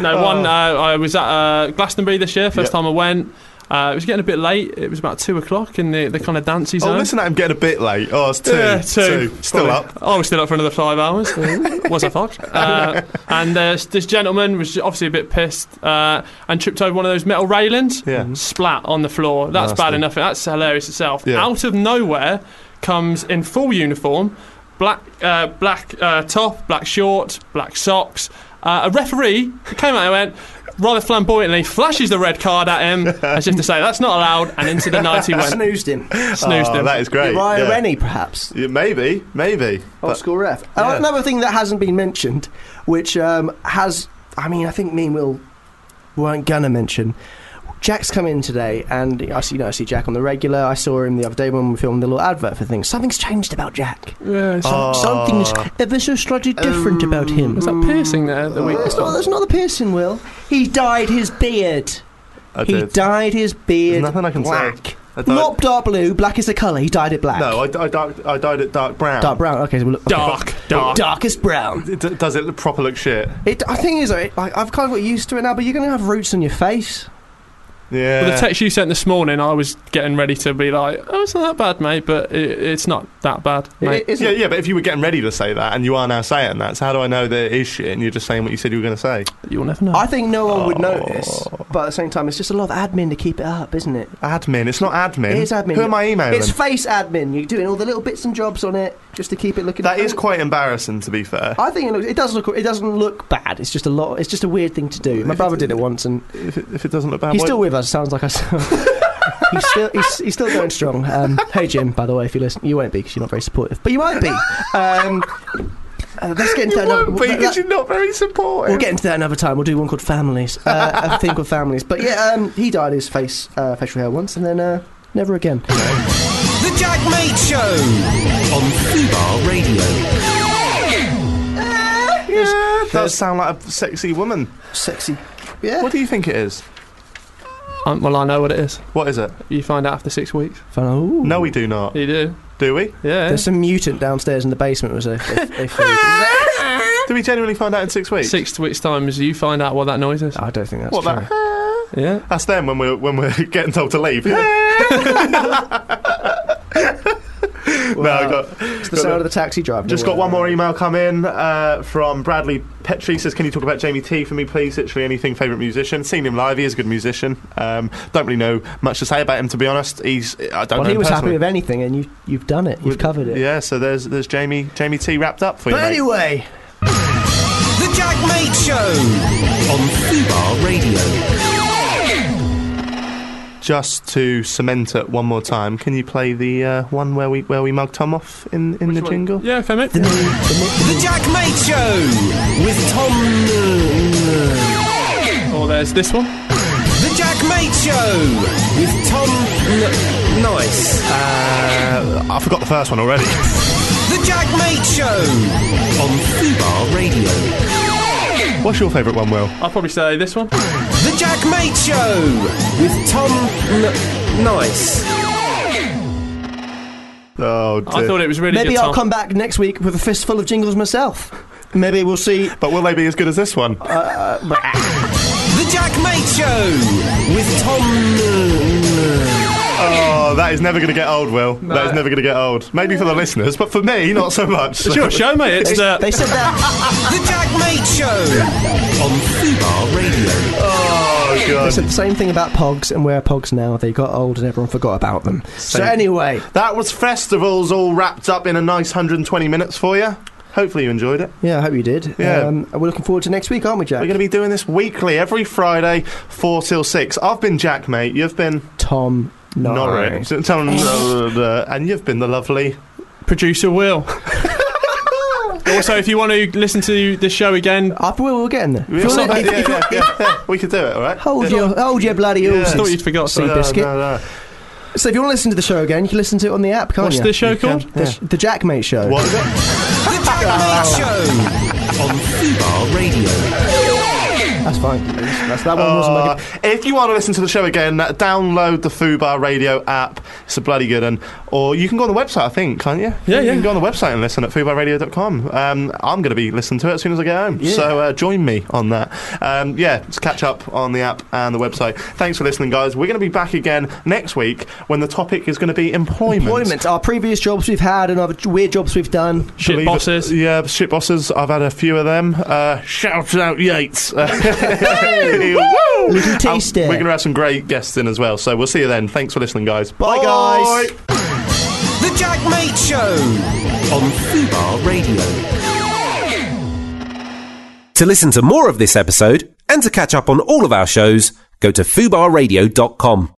Speaker 5: no, one. Uh, I was at uh, Glastonbury this year. First
Speaker 2: Oh. Yep.
Speaker 5: time I went. Uh, it was getting a bit late. It was about two o'clock in the, the kind of dancey
Speaker 2: Oh,
Speaker 5: zone.
Speaker 2: listen, I'm getting a bit late. Oh, it's two.
Speaker 5: Yeah,
Speaker 2: two. Still
Speaker 5: Probably.
Speaker 2: up.
Speaker 5: I was still up for another five hours. was I fucked? Uh, and uh, this gentleman was obviously a bit pissed uh, and tripped over one of those metal railings.
Speaker 2: Yeah.
Speaker 5: Splat on the floor. That's
Speaker 2: Nasty.
Speaker 5: bad enough. That's hilarious itself.
Speaker 2: Yeah.
Speaker 5: Out of nowhere comes in full uniform, black uh, black uh, top, black shorts, black socks. Uh, a referee came out and went. Rather flamboyantly, flashes the red card at him as if to say that's not allowed, and into the night he went.
Speaker 6: Snoozed him.
Speaker 5: Snoozed
Speaker 2: Oh,
Speaker 5: him.
Speaker 2: that is great.
Speaker 6: Ryan
Speaker 2: yeah.
Speaker 6: Rennie, perhaps.
Speaker 2: Yeah, maybe, maybe.
Speaker 6: Old
Speaker 2: But-
Speaker 6: school ref. Uh,
Speaker 2: Yeah.
Speaker 6: Another thing that hasn't been mentioned, which um, has, I mean, I think me and Will weren't gonna mention. Jack's come in today, and I see, you know, I see Jack on the regular. I saw him the other day when we filmed the little advert for things. Something's changed about Jack.
Speaker 5: Yeah, so-
Speaker 2: Oh.
Speaker 6: Something's ever so slightly different about
Speaker 2: Um,
Speaker 6: him.
Speaker 5: was that piercing there? The week
Speaker 6: That's not, that's not the piercing, Will. He dyed his beard.
Speaker 2: I
Speaker 6: he
Speaker 2: did.
Speaker 6: dyed his beard
Speaker 2: There's nothing I can say.
Speaker 6: black.
Speaker 2: I dyed-
Speaker 6: Not dark blue. Black is the colour. He dyed it black.
Speaker 2: No, I, I, dark, I dyed it dark brown.
Speaker 6: dark brown. Okay, so we'll look, okay.
Speaker 5: Dark, dark.
Speaker 6: Darkest brown.
Speaker 2: It d- does it look proper look shit?
Speaker 6: It, I think is like like, I've kind of got used to it now, but you're going to have roots on your face.
Speaker 2: Yeah.
Speaker 5: Well, the text you sent this morning, I was getting ready to be like, "Oh, it's not that bad, mate," but it, it's not that bad, mate.
Speaker 6: It, it
Speaker 2: yeah,
Speaker 6: isn't.
Speaker 2: yeah, but if you were getting ready to say that and you are now saying that, so how do I know that it is shit and you're just saying what you said you were going to say?
Speaker 5: You'll never know.
Speaker 6: I think no one would
Speaker 2: Oh.
Speaker 6: notice, but at the same time, it's just a lot of admin to keep it up, isn't it?
Speaker 2: Admin. It's not admin.
Speaker 6: It is admin.
Speaker 2: Who am I emailing?
Speaker 6: It's face admin. You're doing all the little bits and jobs on it just to keep it looking.
Speaker 2: that is quite embarrassing, to be fair.
Speaker 6: I think it, looks, it does look. It doesn't look bad. It's just a lot. It's just a weird thing to do. My brother did it once, and
Speaker 2: If it, if it doesn't look bad,
Speaker 6: he's
Speaker 2: why-
Speaker 6: still with us. Sounds like us. he's still he's, he's still going strong. Um, hey Jim, by the way, if you listen, you won't be because you're not very supportive, but you might be. Um, uh, let's get
Speaker 2: You
Speaker 6: into that. another-
Speaker 2: won't be
Speaker 6: that-
Speaker 2: 'cause you're not very supportive.
Speaker 6: We'll get into that another time. We'll do one called Families. Uh, a thing called Families. But yeah, um, he dyed his face uh, facial hair once, and then uh, never again.
Speaker 9: The Jack Mate Show on Fubar Radio.
Speaker 2: yeah, it does sound like a sexy woman.
Speaker 6: Sexy. Yeah.
Speaker 2: What do you think it is?
Speaker 5: Um, well, I know what it is.
Speaker 2: What is it?
Speaker 5: You find out after six weeks.
Speaker 6: Fun. Ooh.
Speaker 2: No, we do not.
Speaker 5: You do,
Speaker 2: Do we?
Speaker 5: yeah.
Speaker 6: There's some mutant downstairs in the basement. Was a, a, a food.
Speaker 2: Do we genuinely find out in six weeks?
Speaker 5: Six weeks' time is you find out what that noise is.
Speaker 6: I don't think that's
Speaker 2: What
Speaker 6: true.
Speaker 2: that?
Speaker 5: Yeah.
Speaker 2: That's them when we're when we're getting told to leave. no, I got,
Speaker 6: It's the sound of the taxi driver.
Speaker 2: Just got one more e- email come in uh, from Bradley Petrie says, "Can you talk about Jamie T for me, please? Literally anything. Favorite musician. Seen him live. He is a good musician. Um, don't really know much to say about him, to be honest. He's I don't
Speaker 6: Well,
Speaker 2: know.
Speaker 6: he
Speaker 2: him
Speaker 6: was happy
Speaker 2: personally.
Speaker 6: with anything, and you you've done it. You've covered it.
Speaker 2: Yeah. So there's there's Jamie Jamie T wrapped up for you.
Speaker 6: But
Speaker 2: mate.
Speaker 6: anyway,
Speaker 9: The Jack Mate Show on Fubar Radio.
Speaker 2: Just to cement it one more time, can you play the uh, one where we where we mug Tom off in in the jingle?
Speaker 5: Yeah, okay, mate.
Speaker 9: The Jack Mate Show with Tom.
Speaker 5: Or Oh, there's this one.
Speaker 9: The Jack Mate Show with Tom. N- nice.
Speaker 2: Uh, I forgot the first one already.
Speaker 9: The Jack Mate Show on Fubar Radio.
Speaker 2: What's your favourite one, Will?
Speaker 5: I'll probably say this one.
Speaker 9: The Jack Mate Show with Tom. N- nice.
Speaker 2: Oh, dear.
Speaker 5: I thought it was really
Speaker 6: maybe
Speaker 5: good.
Speaker 6: I'll
Speaker 5: Tom.
Speaker 6: come back next week with a fistful of jingles myself. Maybe we'll see.
Speaker 2: but will they be as good as this one?
Speaker 9: The Jack Mate Show with Tom.
Speaker 2: Oh, that is never going to get old, Will. That is never going to get old. Maybe for the listeners, but for me, not so much.
Speaker 5: It's your show, mate. It's the
Speaker 6: They said that.
Speaker 9: The Jack Mate Show on Fubar Radio.
Speaker 2: Oh,
Speaker 6: they
Speaker 2: God.
Speaker 6: said the same thing about pogs and where are pogs now. They got old and everyone forgot about them. So anyway,
Speaker 2: That was festivals all wrapped up in a nice 120 minutes for you. Hopefully you enjoyed it.
Speaker 6: yeah, I hope you did.
Speaker 2: Yeah.
Speaker 6: Um, we're looking forward to next week, aren't we, Jack?
Speaker 2: We're going to be doing this weekly, every Friday, 4 till 6. I've been Jack, mate. You've been
Speaker 6: Tom
Speaker 2: Norris.
Speaker 6: Norris.
Speaker 2: uh, And you've been the lovely.
Speaker 5: producer Will. also, if you want to listen to the show again, I
Speaker 6: After we're getting there.
Speaker 2: Yeah, yeah, yeah, yeah, yeah. We could do it, all right?
Speaker 6: Hold
Speaker 2: Yeah.
Speaker 6: your hold your bloody
Speaker 2: Yeah.
Speaker 6: horses.
Speaker 5: thought you'd forgot
Speaker 6: Sea
Speaker 5: something.
Speaker 6: biscuit.
Speaker 2: No, no, no.
Speaker 6: So if you want to listen to the show again, you can listen to it on the app, can't
Speaker 5: What's
Speaker 6: you?
Speaker 5: the show
Speaker 2: can-
Speaker 5: called?
Speaker 6: The, sh- the Jack Mate Show.
Speaker 2: What is it?
Speaker 9: The Jack Mate Show on Fubar Radio.
Speaker 6: That's fine. That's that one wasn't
Speaker 2: Uh,
Speaker 6: like a-
Speaker 2: if you want to listen to the show again, uh, download the Fubar Radio app. It's a bloody good one. Or you can go on the website, I think, can't you?
Speaker 5: Yeah,
Speaker 2: You
Speaker 5: yeah.
Speaker 2: can go on the website and listen at fubarradio.com. Um, I'm going to be listening to it as soon as I get home. So uh, join me on that. Um, yeah, just catch up on the app and the website. Thanks for listening, guys. We're going to be back again next week when the topic is going to be employment.
Speaker 6: employment. Our previous jobs we've had and other j- weird jobs we've done.
Speaker 5: Shit
Speaker 2: Believe it-
Speaker 5: bosses.
Speaker 2: yeah, shit bosses. I've had a few of them. Uh, shout out Yates. Woo!
Speaker 6: Little
Speaker 2: And
Speaker 6: taster.
Speaker 2: We're going to have some great guests in as well. So we'll see you then. Thanks for listening, guys.
Speaker 6: Bye, guys.
Speaker 9: The Jack Mate Show on Fubar Radio.
Speaker 1: To listen to more of this episode and to catch up on all of our shows, go to fubarradio.com.